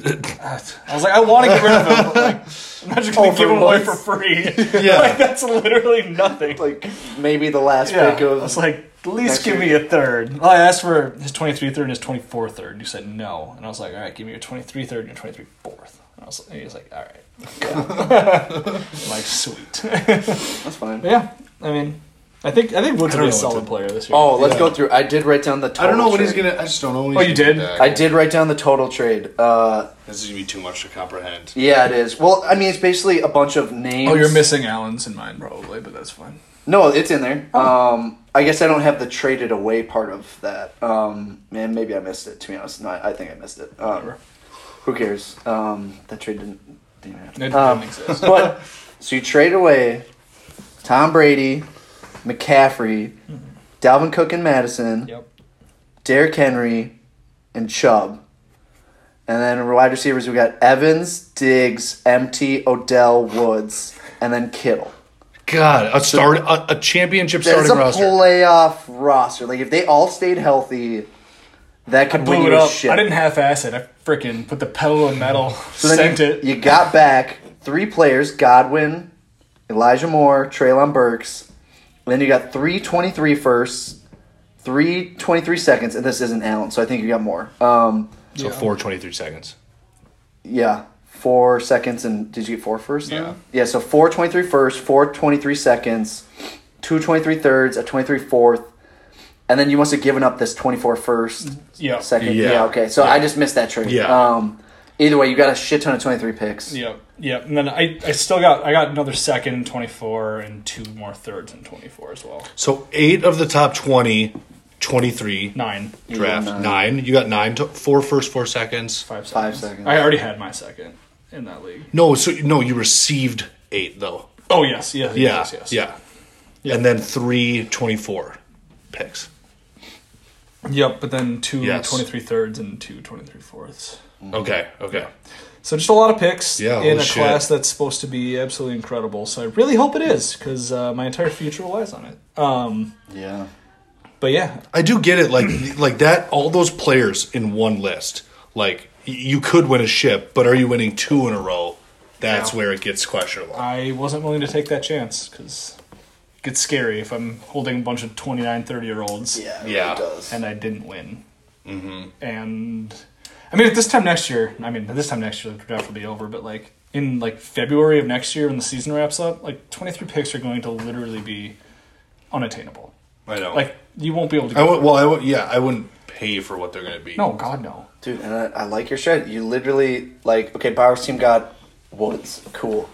"Ah." I was like, I want to get rid of him, but like, I'm not just gonna
Oh,
give
for
him away
Woods?
for free.
Yeah.
like that's literally nothing.
like maybe the last
Yeah. Oh,
pick of
I was like, at least
next
give me
year.
a third. Well, I asked for his 23 third and his 24 third. You said no. And I was like, all right, give me your 23 third and your 23 fourth. And I was, and he was like, all right. Yeah. like, sweet.
that's fine.
yeah, I mean, I think I think Woods
I
will be
don't
a
know what
solid
to-
player this year.
Oh, let's go through. I did write down the. Total
I don't know what he's
trade.
gonna. I just don't know. What
Oh,
he's
you
gonna
did?
do back.
I did write down the total trade. Uh,
This is gonna be too much to comprehend.
yeah, it is. Well, I mean, it's basically a bunch of names.
Oh, you're missing Allen's in mine probably, but that's fine.
No, it's in there.
Oh.
Um, I guess I don't have the traded away part of that. Um, man, maybe I missed it. To be honest, no, I, I think I missed it. Um,
Whatever.
who cares? Um, that trade didn't. didn't happen.
It
Um,
doesn't exist.
but so you trade away Tom Brady, McCaffrey, Dalvin Cook and Madison,
Yep.
Derrick Henry, and Chubb. And then wide receivers, we got Evans, Diggs, MT, Odell, Woods, and then Kittle.
God, a start, a, a championship
That's a
starting roster.
playoff roster. Like if they all stayed healthy, that could win
Blew it
you a
up.
shit.
I didn't half-ass it. I freaking put the pedal to the metal,
So then
sent
you,
it.
you got back three players: Godwin, Elijah Moore, Traylon Burks. And then you got three 23 firsts, three 23 seconds, and this isn't Allen, so I think you got more. Um,
so four twenty-three seconds.
yeah, four seconds, and did you get four firsts? Yeah. Yeah, so four 23 firsts, four 23 seconds, two 23 thirds, a 23 fourth, and then you must have given up this 24 first.
Yeah.
Second, yeah,
Yeah.
okay. So I just missed that trade.
Yeah.
Um, either way, you got a shit ton of 23 picks.
Yep. Yep. And then I, I still got I got another second 24 and two more thirds and 24 as well.
So eight of the top 20, 23
Nine.
draft.
Yeah,
Nine. You got nine. To, four first, four seconds.
Five seconds.
Five seconds.
I already had my second in that league.
No, so no, you received eight though.
Oh yes, yes,
Yeah,
yes, yes.
yeah. And then three 24 picks.
Yep, but then two
Yes.
23 thirds and two 23 fourths.
Okay, okay.
So just a lot of picks
Yeah,
in
holy
a
shit.
class that's supposed to be absolutely incredible. So I really hope it is because uh, my entire future relies on it. Um,
Yeah.
but yeah,
I do get it, like like that. All those players in one list, like y- you could win a ship, but are you winning two in a row? That's where it gets questionable.
I wasn't willing to take that chance because it gets scary if I'm holding a bunch of 29, 30 year olds
Yeah.
Yeah.
It really does.
and I didn't win. Mm-hmm. And I mean, at this time next year, I mean, at this time next year, the draft will be over, but like in like February of next year when the season wraps up, like 23 picks are going to literally be unattainable.
I know.
Like, you won't be able to.
I
Go
would. Well, I would. Yeah, I wouldn't pay for what they're going to be.
no, God, no.
Dude, and I, I like your strategy. You literally like okay, Bauer's team got Woods, cool.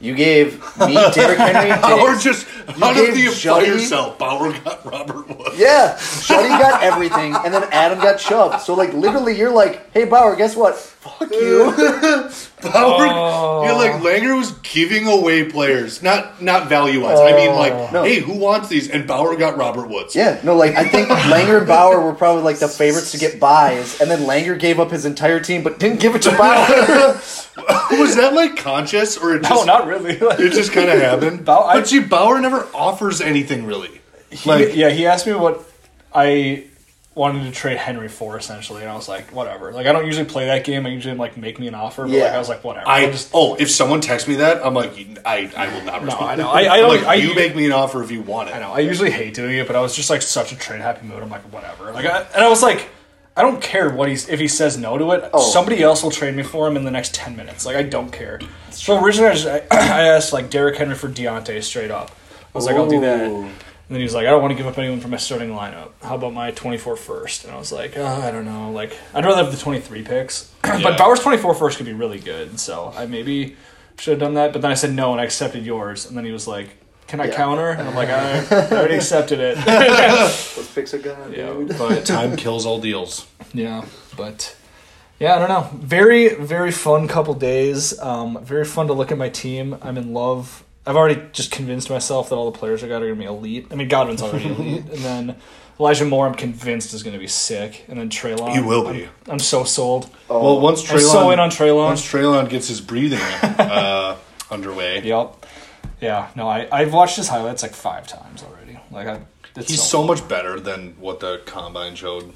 You gave me Derrick Henry. and
Bauer
Diggs.
just
You
how did
gave
you
Juddy-
play yourself? Bauer got Robert Woods.
Yeah, Shuddy got everything, and then Adam got shoved. So like literally, you're like, hey Bauer, guess what? Fuck you.
Bauer,
Oh.
you're like Langer was giving away players, not not value wise. I mean, like,
Oh. No.
hey, who wants these? And Bauer got Robert Woods.
Yeah, no, like I think Langer and Bauer were probably like the favorites to get buys, and then Langer gave up his entire team, but didn't give it to Bauer.
Was that like conscious or it just,
not really.
It just kind of happened.
Bau- I-
but see, Bauer never offers anything really. Like,
yeah, he asked me what I wanted to trade Henry for essentially, and I was like, whatever. Like, I don't usually play that game. I usually like make me an offer, but like
Yeah.
I was like, whatever.
I
I'll just
oh, if someone texts me that, I'm like, I, I will not respond.
I know. I- I don't-
Like,
I-
you make me an offer if you want it.
I know. I usually hate doing it, but I was just like such a trade happy mood. I'm like, whatever. Like, I, and I was like, I don't care what he's if he says no to it. Somebody else will trade me for him in the next ten minutes. Like, I don't care. So originally, I, just, I, I asked like Derrick Henry for Deontay straight up. I was like, I'll do that.
Ooh.
And then he was like, I don't want to give up anyone from my starting lineup. How about my 24 first? And I was like, oh, I don't know. Like, I'd rather have the 23 picks.
Yeah.
but Bauer's 24 first could be really good. So I maybe should have done that. But then I said no and I accepted yours. And then he was like, can I counter? And I'm like, I, I already accepted it.
Let's fix a gun.
yeah, but
Time kills all deals.
yeah, but yeah, I don't know. Very very fun couple days. Um, very fun to look at my team. I'm in love. I've already just convinced myself that all the players I got are going to be elite. I mean, Godwin's already elite, and then Elijah Moore, I'm convinced is going to be sick, and then Traylon.
He will be.
I'm, I'm so sold.
Oh.
Well, once Traylon,
I'm so in on Traylon.
once Traylon gets his breathing uh, underway,
Yep. Yeah. No, I I've watched his highlights like five times already. Like I. It's
he's so much better than what the combine showed.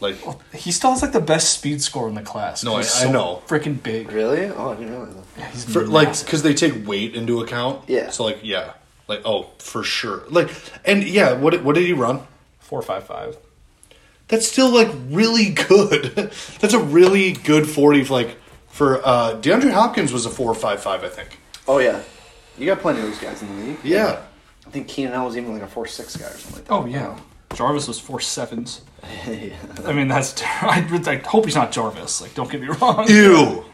Like,
He still has like the best speed score in the class.
No, I-
He's
I
so
know.
Freaking big.
Really? Oh, I didn't realize that.
He's
for, like
massive.
because they take weight into account.
Mm-hmm. Yeah.
So like, yeah, like oh for sure. Like, and yeah, what what did he run?
four five five.
that's still like really good. that's a really good forty. Like for uh, DeAndre Hopkins was a four five five, I think.
Oh yeah, you got plenty of those guys in the league.
Yeah,
I think Keenan Allen was even like a four six guy or something like that.
Oh yeah, Jarvis was four sevens.
yeah.
I mean, that's. ter- I, I hope he's not Jarvis. Like, don't get me wrong.
Ew.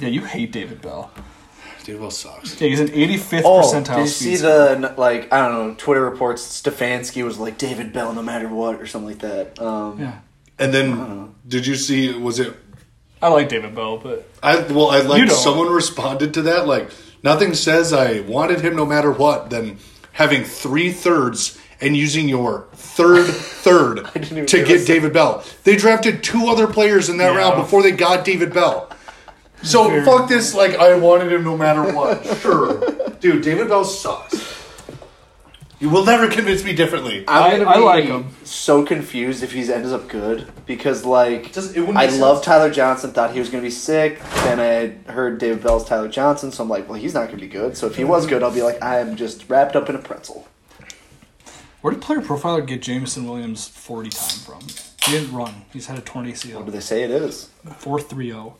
Yeah, you hate David Bell.
Dude, well sucks.
Yeah, he's an 85th
Oh,
percentile.
did you
speed
see
score.
the like I don't know Twitter reports? Stefanski was like David Bell, no matter what, or something like that. Um,
Yeah,
And then did you see was it
I like David Bell, but
I well I
You
like
don't.
someone responded to that like nothing says I wanted him no matter what than having three thirds and using your third third
didn't even
to
give
get
us-
David Bell. They drafted two other players in that
Yeah.
round before they got David Bell. So
Fair.
fuck this like I wanted him no matter what. Sure. Dude, David Bell sucks. You will never convince me differently.
I'm
I- I like him.
So confused if he ends up good because like
Doesn't- it wouldn't
I
make
love
sense.
Tyler Johnson. Thought he was gonna be sick. Then I heard David Bell's Tyler Johnson, so I'm like, well, he's not gonna be good. So if he was good, I'll be like, I am just wrapped up in a pretzel.
where did player profiler get Jameson Williams 40 time from? He didn't run. He's had a torn
What do
ACL.
they say it is?
430.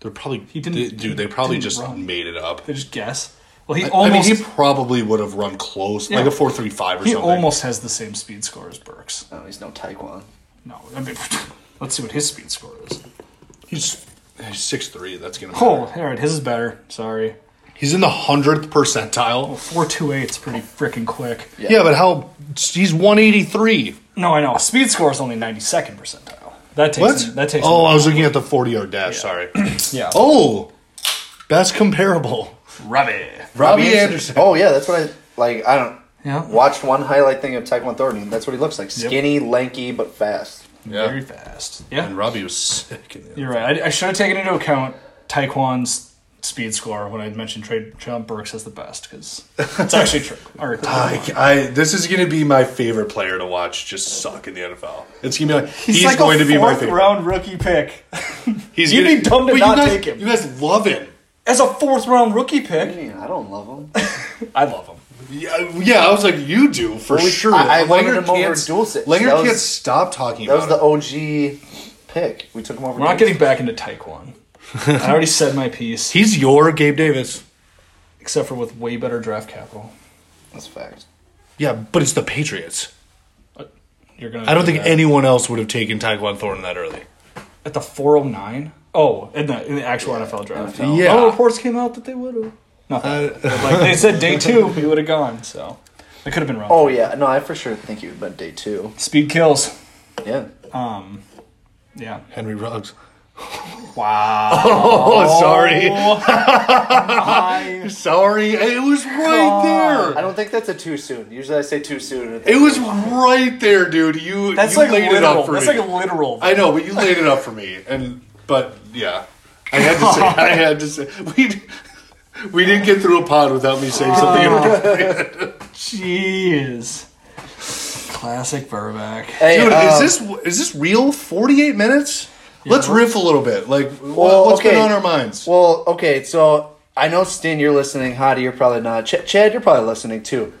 They're probably he
didn't-
didn't, dude. They probably
didn't
just
run.
made it up.
They just guess. Well, he
I mean,
almost
he probably would have run close, like
Yeah.
a four three five or
he
something.
almost has the same speed score as Burks.
No, Oh, he's no Taekwon.
No, I mean, let's see what his speed score is.
he's six three. That's gonna. Matter.
Oh, all right, his is better. Sorry,
He's in the hundredth percentile.
428 is pretty freaking quick.
Yeah. but how? He's one eighty three.
No, I know. Speed score is only 92nd percentile. That takes
What?
that takes.
oh, I was looking at the forty yard dash. Sorry.
yeah.
oh, best comparable.
Robbie.
Robbie
Robbie
Anderson.
Oh yeah, that's what I like. I don't
Yeah.
watched one highlight thing of Taekwon Thornton. That's what he looks like: skinny, lanky, but fast.
Yeah.
Very fast. Yeah.
And Robbie was sick. In the
You're right. I, I should have taken into account Taekwon's speed score when I mentioned Trey Traylon Burks as the best because it's actually true. Or Taekwon.
I, I, this is going to be my favorite player to watch just suck in the NFL. It's going to be like, he's,
like
going
a
to be my
fourth
favorite.
round rookie pick.
He's
You'd
gonna-
be dumb to
But you
not
guys-
take him.
You guys love him.
As a fourth round rookie pick,
Yeah, I don't love him.
I love him.
Yeah, yeah, I was like, you do for
Well, we-
sure.
I- I wanted
Langer
him over
can't-
Dulcich.
Langer
That was-
can't stop talking
That was
about
the
it.
OG pick. We took him over.
We're not getting back into Taekwon. I already said my piece,
He's your Gabe Davis.
except for with way better draft capital.
That's a fact.
Yeah, but it's the Patriots.
Uh, You're gonna.
I don't think
that.
anyone else would have taken Tyquan Thornton that early.
at the 409. Oh, in the in the actual NFL draft.
NFL.
Yeah.
No reports came out that they would have. Nothing. like they said, day two we would have gone. So I could have been wrong.
Oh yeah, no, I for sure think you meant day two.
Speed kills.
Yeah,
Yeah.
Henry Ruggs.
Wow.
Oh, sorry. Sorry. It was right
I
there.
don't think that's a too soon. Usually I say too soon. and-
It was right there, dude. You
That's
you
like
laid it
literal.
up for
That's
me.
like a literal.
I know, but you laid it up for me, and but yeah, I had to say, I had to say, we we didn't get through a pod without me saying something. inappropriate.
Jeez. Classic Burback.
Hey,
Dude,
uh,
is this is this real? Forty eight minutes? Let's riff a little bit. Like, wha-
Well,
what's
okay.
been on our minds?
Well, okay, so I know Stin, you're listening. Hottie, you're probably not. Ch- Chad, you're probably listening too.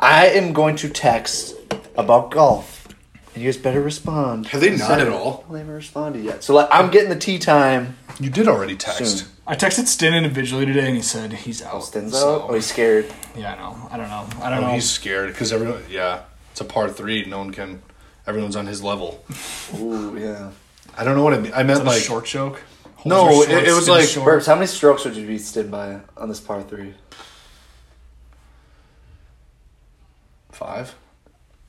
I am going to text about golf, and you guys better respond.
Have they not
Saturday.
at all?
Well, They haven't responded yet. So like, I'm getting the tea time.
You did already text.
Soon.
I texted Stin individually today, and he said he's out.
Stin's
so-
out. Oh, he's scared.
Yeah, I know. I don't know. I don't
Oh,
know.
he's scared because everyone. Yeah, it's a par three. No one can. Everyone's on his level.
Ooh, yeah.
I don't know what I mean. I meant
Is that a
like
short joke. Hold
No,
your
it- it
shorts,
was
Stin
like-
short.
Burbs, how many strokes would you beat Stin by on this par three?
five.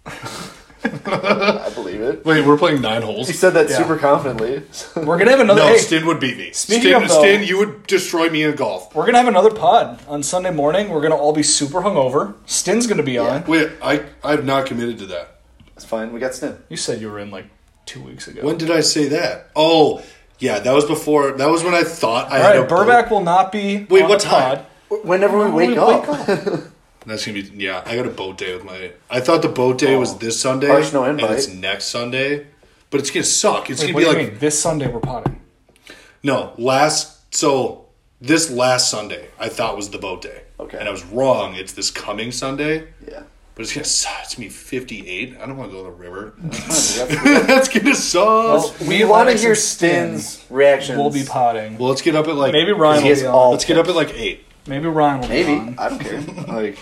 I believe it.
Wait, we're playing nine
He
holes.
said that super confidently.
We're gonna have another.
No,
hey,
Stin would beat me.
Speaking
Stin,
of, though-
Stin, you would destroy me in golf.
We're gonna have another pod on Sunday morning. We're gonna all be super hungover. Stin's gonna be on.
Wait, I I've not committed to that.
It's fine. We got Stin.
You said you were in like two weeks ago.
When did I say that? Oh, yeah, that was before. That was when I thought I
all
had
right,
a boat.
Burback will not be.
Wait,
on
what
the
time?
pod.
Whenever we wake up.
That's gonna be yeah. I got a boat day with my. I thought the boat day was this Sunday.
Harsh, no
and
Oh. invite.
it's next Sunday, but it's gonna suck. It's
Wait, what
gonna
do
be
you
like
mean? This Sunday we're potting.
no last. So this last Sunday I thought was the boat day.
Okay.
and I was wrong. It's this coming Sunday.
Yeah.
But it's gonna suck. It's me fifty eight. I don't want to go to the river.
Fine, we got-
That's gonna suck. Well,
We want to
Lennox
hear
and Stin
Stin's reactions.
We'll be potting.
let's get up at like
Maybe Ryan
He
will
has
be on.
all-
Let's get up at like eight.
Maybe Ryan will be
Maybe
on.
I don't care. Like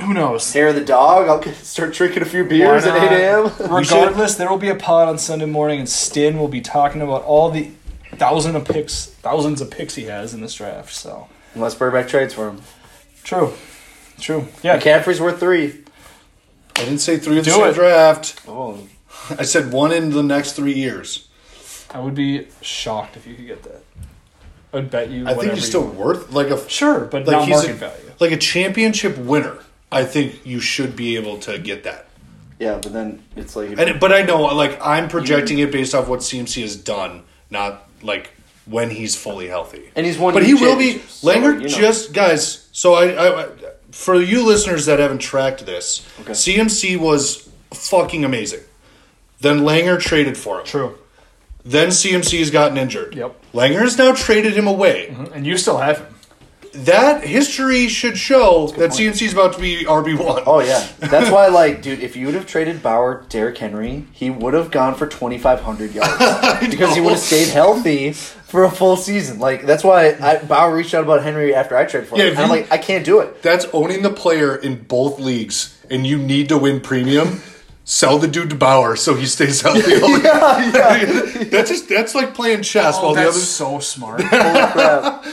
Who knows?
Hair of the dog. I'll get, start drinking a few beers at
not?
8 a.m.
Regardless, there will be a pod on Sunday morning, and Stin will be talking about all the thousand of picks, thousands of picks he has in this draft. So
Unless Burback trades for him.
true, true. Yeah,
McCaffrey's worth three.
I didn't say three in the
Do
same
it.
draft.
Oh,
I said one in the next three years.
I would be shocked if you could get that. I'd bet you.
I think
whatever
he's still
you-
worth like a
sure, but
like
not
he's
market
a,
value.
like a championship winner. I think you should be able to get that.
yeah, but then it's like
And but I know like I'm projecting it based off what CMC has done, not like when he's fully healthy.
And he's won
But
you
he will be
championships, so,
Langer.
you know.
Just guys. So I, I, I for you listeners that haven't tracked this,
Okay.
CMC was fucking amazing. Then Langer traded for him.
True,
Then CMC has gotten injured.
Yep.
Langer has now traded him away.
Mm-hmm.
and you still have him.
That history should show that CMC is about to be RB one.
Oh yeah, that's why. Like, dude, if you would have traded Bauer, Derrick Henry, he would have gone for twenty five hundred yards because he would have stayed healthy for a full season. Like, that's why I, Bauer reached out about Henry after I traded for him.
Yeah, if
and I'm
you-
like, I can't do it.
That's owning the player in both leagues, and you need to win premium. Sell the dude to Bauer so he stays healthy. that's just that's like playing chess while the
Oh,
Oh,
that's
others.
so smart.
Holy crap,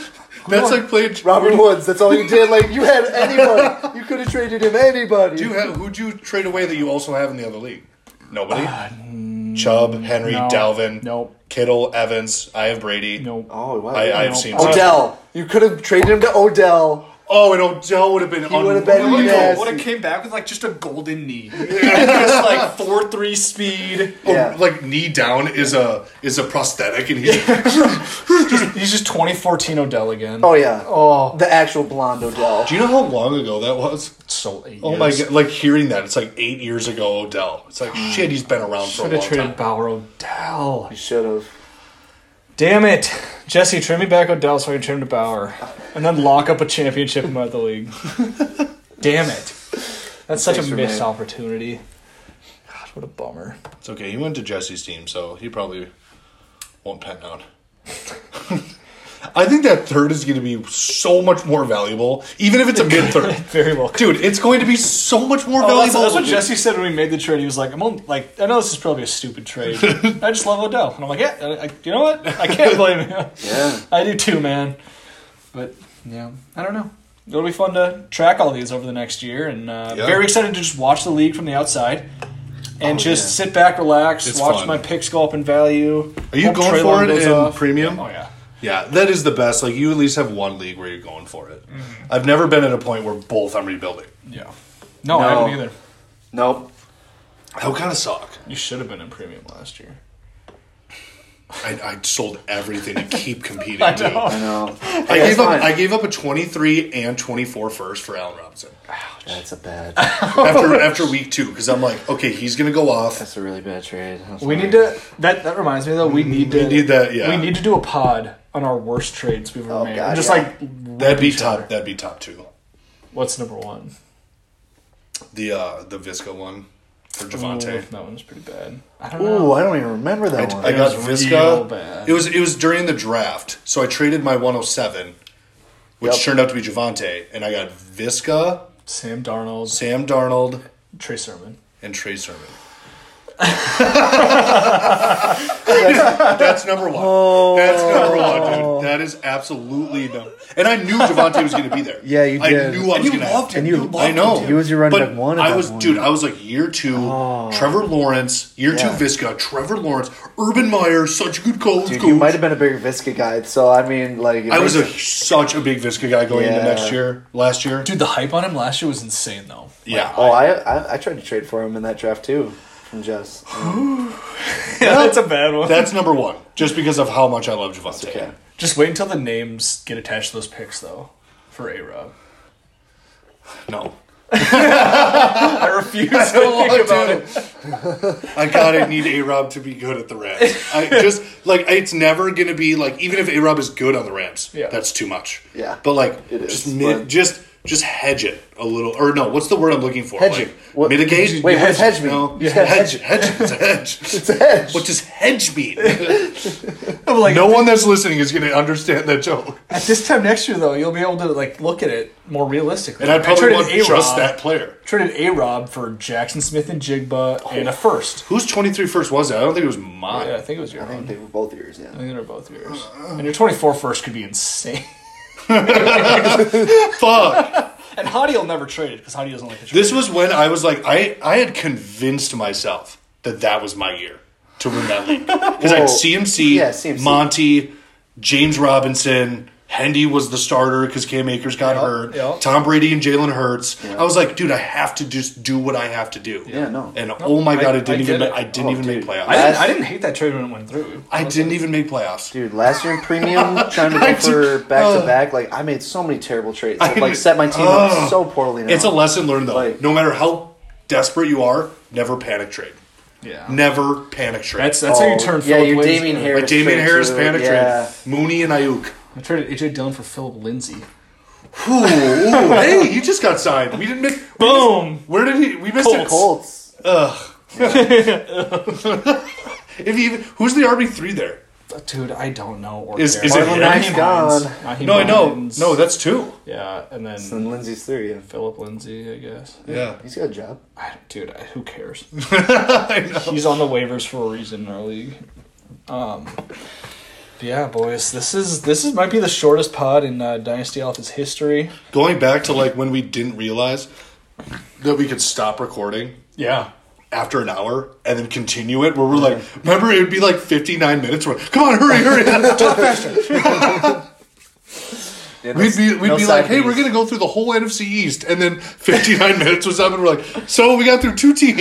That's like playing.
Robert Woods, that's all you did. Like, you had anybody, you could have traded him anybody.
Do you have, who'd you trade away that you also have in the other league? Nobody.
Uh,
Chubb, Henry,
no.
Dalvin,
Nope.
Kittle, Evans. I have Brady.
no,
oh wow,
I, I have
No.
seen.
Odell, you could have traded him to Odell.
Oh, and Odell would have been.
would have been
unbelievable.
nasty.
Would have came back with like just a golden knee, just like four three speed.
Oh,
Yeah.
Like knee down is a is a prosthetic, and he's
He's just 2014 Odell again.
Oh yeah,
Oh.
the actual blonde Odell.
Do you know how long ago that was?
so eight
Oh my god! Like hearing that, it's like eight years ago. Odell. It's like shit. He's been around for
Should
a long
have traded
time.
Bauer Odell.
You should have.
Damn it, Jesse, trim me back Odell so I can trim to Bauer, and then lock up a championship in my other league. Damn it, that's such
Thanks
a
for
missed
me.
opportunity. God, what a bummer.
It's okay. He went to Jesse's team, so he probably won't pen down. I think that third is going to be so much more valuable, even if it's a mid third.
Very well.
Dude, it's going to be so much more
Oh, that's,
valuable.
that's what Jesse said when we made the trade. He was like, "I'm on, like, I know this is probably a stupid trade. I just love Odell." And I'm like, "Yeah, I, I- you know what? I can't blame you.
Yeah.
I do too, man." But yeah, I don't know. It'll be fun to track all these over the next year, and uh,
Yeah. Oh,
very excited to just watch the league from the outside and just sit back, relax,
It's
watch
fun.
my picks go up in value.
Are you
Hope
going
Trey
for
Long
it
goes
in
off.
premium?
Oh yeah.
Yeah, that is the best. Like you at least have one league where you're going for it.
Mm-hmm.
I've never been at a point where both I'm rebuilding.
Yeah. No, I
No.
haven't either.
Nope.
That would kind of suck.
You should have been in premium last year.
I, I sold everything to keep competing.
I
too.
know.
I know.
I
That's
gave up.
fine.
I gave up a 23 and 24 first for Allen Robinson
That's a bad.
Oh,
after after week two because I'm like, okay, he's gonna go off.
That's a really bad trade. I'm
We
sorry.
need to. That that reminds me though. We need to.
We need that, yeah.
We need to do a pod on our worst trades we've ever
Oh,
made.
God,
And just
yeah.
like
That'd be
each
top.
other.
That'd be top two.
What's number one?
The uh the Visca one for Javante.
Ooh, that one's pretty bad. I don't
Ooh,
know.
I don't even remember that one.
I got
was real
Visca.
bad.
It was it was during the draft, so I traded my 107, which
Yep.
turned out to be Javante, and I got Visca,
Sam Darnold,
Sam Darnold,
Trey Sermon.
and Trey Sermon. That's number one. That's number
Oh.
one, dude. That is absolutely no. And I knew Javante was going to be there.
Yeah, you
I
did.
knew I was
you
going to
loved
have
him.
And you-
You loved
I know.
him,
He
dude.
was your running
But
back one at
I
that
was,
point. Oh.
dude. I was like year two, Trevor Lawrence, year
Yeah.
two, Visca, Trevor Lawrence, Urban Meyer, such a good coach.
Dude,
coach.
you might have been a bigger Visca guy. So I mean, like, it
I was a,
makes-
such a big Visca guy going into
Yeah.
next year, last year.
Dude, the hype on him last year was insane though.
yeah.
Oh, I, I I tried to trade for him in that draft too from Jess.
yeah, that's a bad one.
That's number one, just because of how much I love Javante.
Okay.
just wait until the names get attached to those picks though. For A Rob,
No,
I refuse to think about it.
I gotta need A Rob to be good at the Rams. I just like it's never gonna be like even if A Rob is good on the Rams,
Yeah.
that's too much.
Yeah.
but like
It is,
just mid,
but-
just just hedge it a little. Or no, what's the word I'm looking for?
Hedge
Like,
it. What-
mitigate.
Wait, what's hedge mean?
No,
You just gotta
hedge. Hedge. It's a hedge.
It's a hedge.
What does hedge mean?
I'm like,
no one that's listening is going to understand that joke.
At this time next year, though, you'll be able to like look at it more realistically.
And I probably
traded
want
A-Rob-
just that player.
Traded A Rob for Jackson Smith and Jigba and a first.
Whose 23 first was that? I don't think it was mine.
Yeah, I think it was your.
I
own.
think they were both yours, yeah.
I think they're both yours. And your 24 first could be insane.
Fuck.
And Hottie will never trade it because Hottie doesn't like to trade.
this was when I was like, I, I had convinced myself that that was my year to win that league. Because I had
Whoa.
CMC,
Yeah, CMC.
Monty, James Robinson, Hendy was the starter because Cam Akers got hurt,
yep.
Tom Brady and Jalen Hurts. I was like, dude, I have to just do what I have to do.
Yeah, no.
And oh my God,
I-
I didn't
I
even,
get
ma-
it.
I didn't
Oh,
even make
dude.
playoffs.
I
I,
didn't, I didn't hate that trade when it went through.
didn't even make playoffs.
Dude, last year in premium, trying to go for back
Oh.
to back, like I made so many terrible trades. that, like set my team
Ugh.
up so poorly. Now.
Oh. It's a lesson learned though.
Like-
no matter how desperate you are, never panic trade.
Yeah.
Never panic trade.
That's that's how you turn.
Oh, Yeah,
Phillip
your
Lindsay-
Damien Harris.
like Damian
trade
Harris
too,
panic
yeah.
trade. Mooney and Ayuk.
I traded AJ Dillon for Philip Lindsay.
Ooh, ooh, hey, he just got signed. We didn't miss. we
Boom.
missed- where did he? We missed it.
Colts.
If he even, who's the RB three there?
Dude, I don't know. Or
Is-
care.
is it
Naheem
him?
Hines.
He's gone.
Naheem
No, I know.
Hines.
No, that's two.
yeah, and then
And Lindsey's three. Yeah,
Philip Lindsay, I guess.
Yeah,
he's got a job.
I, dude, I, who cares?
I know.
He's on the waivers for a reason in our league. Um, but yeah, boys, this is this is might be the shortest pod in uh, Dynasty Alpha's history.
Going back to like when we didn't realize that we could stop recording
Yeah,
after an hour and then continue it where we're like remember it would be like 59 minutes where come on hurry hurry talk faster we'd be we'd
no
be like
side
hey
piece."
we're gonna go through the whole NFC East and then 59 minutes was up and we're like so we got through two teams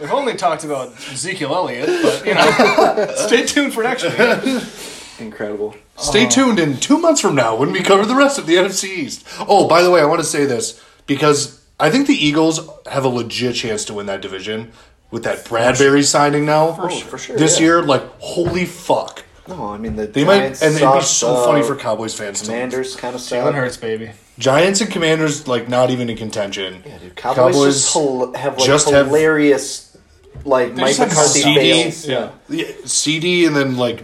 we've only talked about Ezekiel Elliott, but you know, stay tuned for next week.
Incredible.
stay tuned in two months from now when we cover the rest of the NFC East oh by the way I want to say this because I think the Eagles have a legit chance to win that division with that Bradbury signing now for
sure. for sure,
this
yeah.
year like holy fuck
No, I mean the
They
Giants
might, and it'd be
suck,
so
uh,
funny for Cowboys fans. to-
Commanders kind of
Jalen
stuff.
Hurts, baby.
Giants and Commanders, like not even in contention. Yeah,
Dude, Cowboys, just hol- have like
just have-
hilarious, like Mike
just have
McCarthy
CD.
fails.
Yeah,
CD, and then like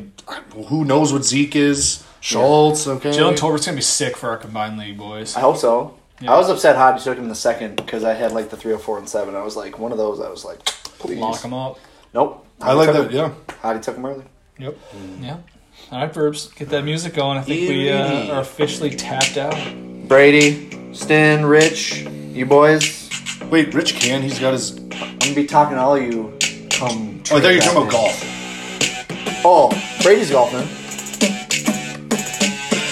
who knows what Zeke is? Schultz, okay.
Jalen Tolbert's gonna be sick for our combined league, boys.
I hope so. I was upset Hodge took him in the second because I had like the three or four and seven. I was like one of those. I was like, please,
Lock him up.
nope.
I like that. Yeah,
Hodge took him early.
Yep. Yeah. All right, Burbs, get that music going. I think we uh, are officially tapped out.
Brady, Stin, Rich, you boys.
wait, Rich can. He's got his.
I'm gonna be talking to all you. Come.
Oh, I thought you were
trade
talking about
back
golf.
in. Oh, Brady's golfing.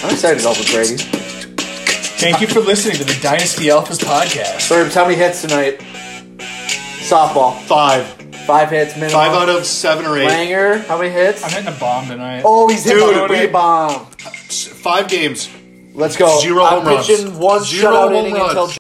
I'm excited to golf with Brady.
Thank you for listening to the Dynasty Alphas podcast.
Burbs, how many hits tonight? Softball.
Five,
Five hits minimum.
five out of seven or eight.
Langer, how many hits?
I'm hitting a bomb tonight.
Oh, he's
Dude,
hitting a
we-
rebound.
Five games.
Let's go.
Zero
I'm
home runs.
pitching one
Zero
shutout
home
inning
runs.
until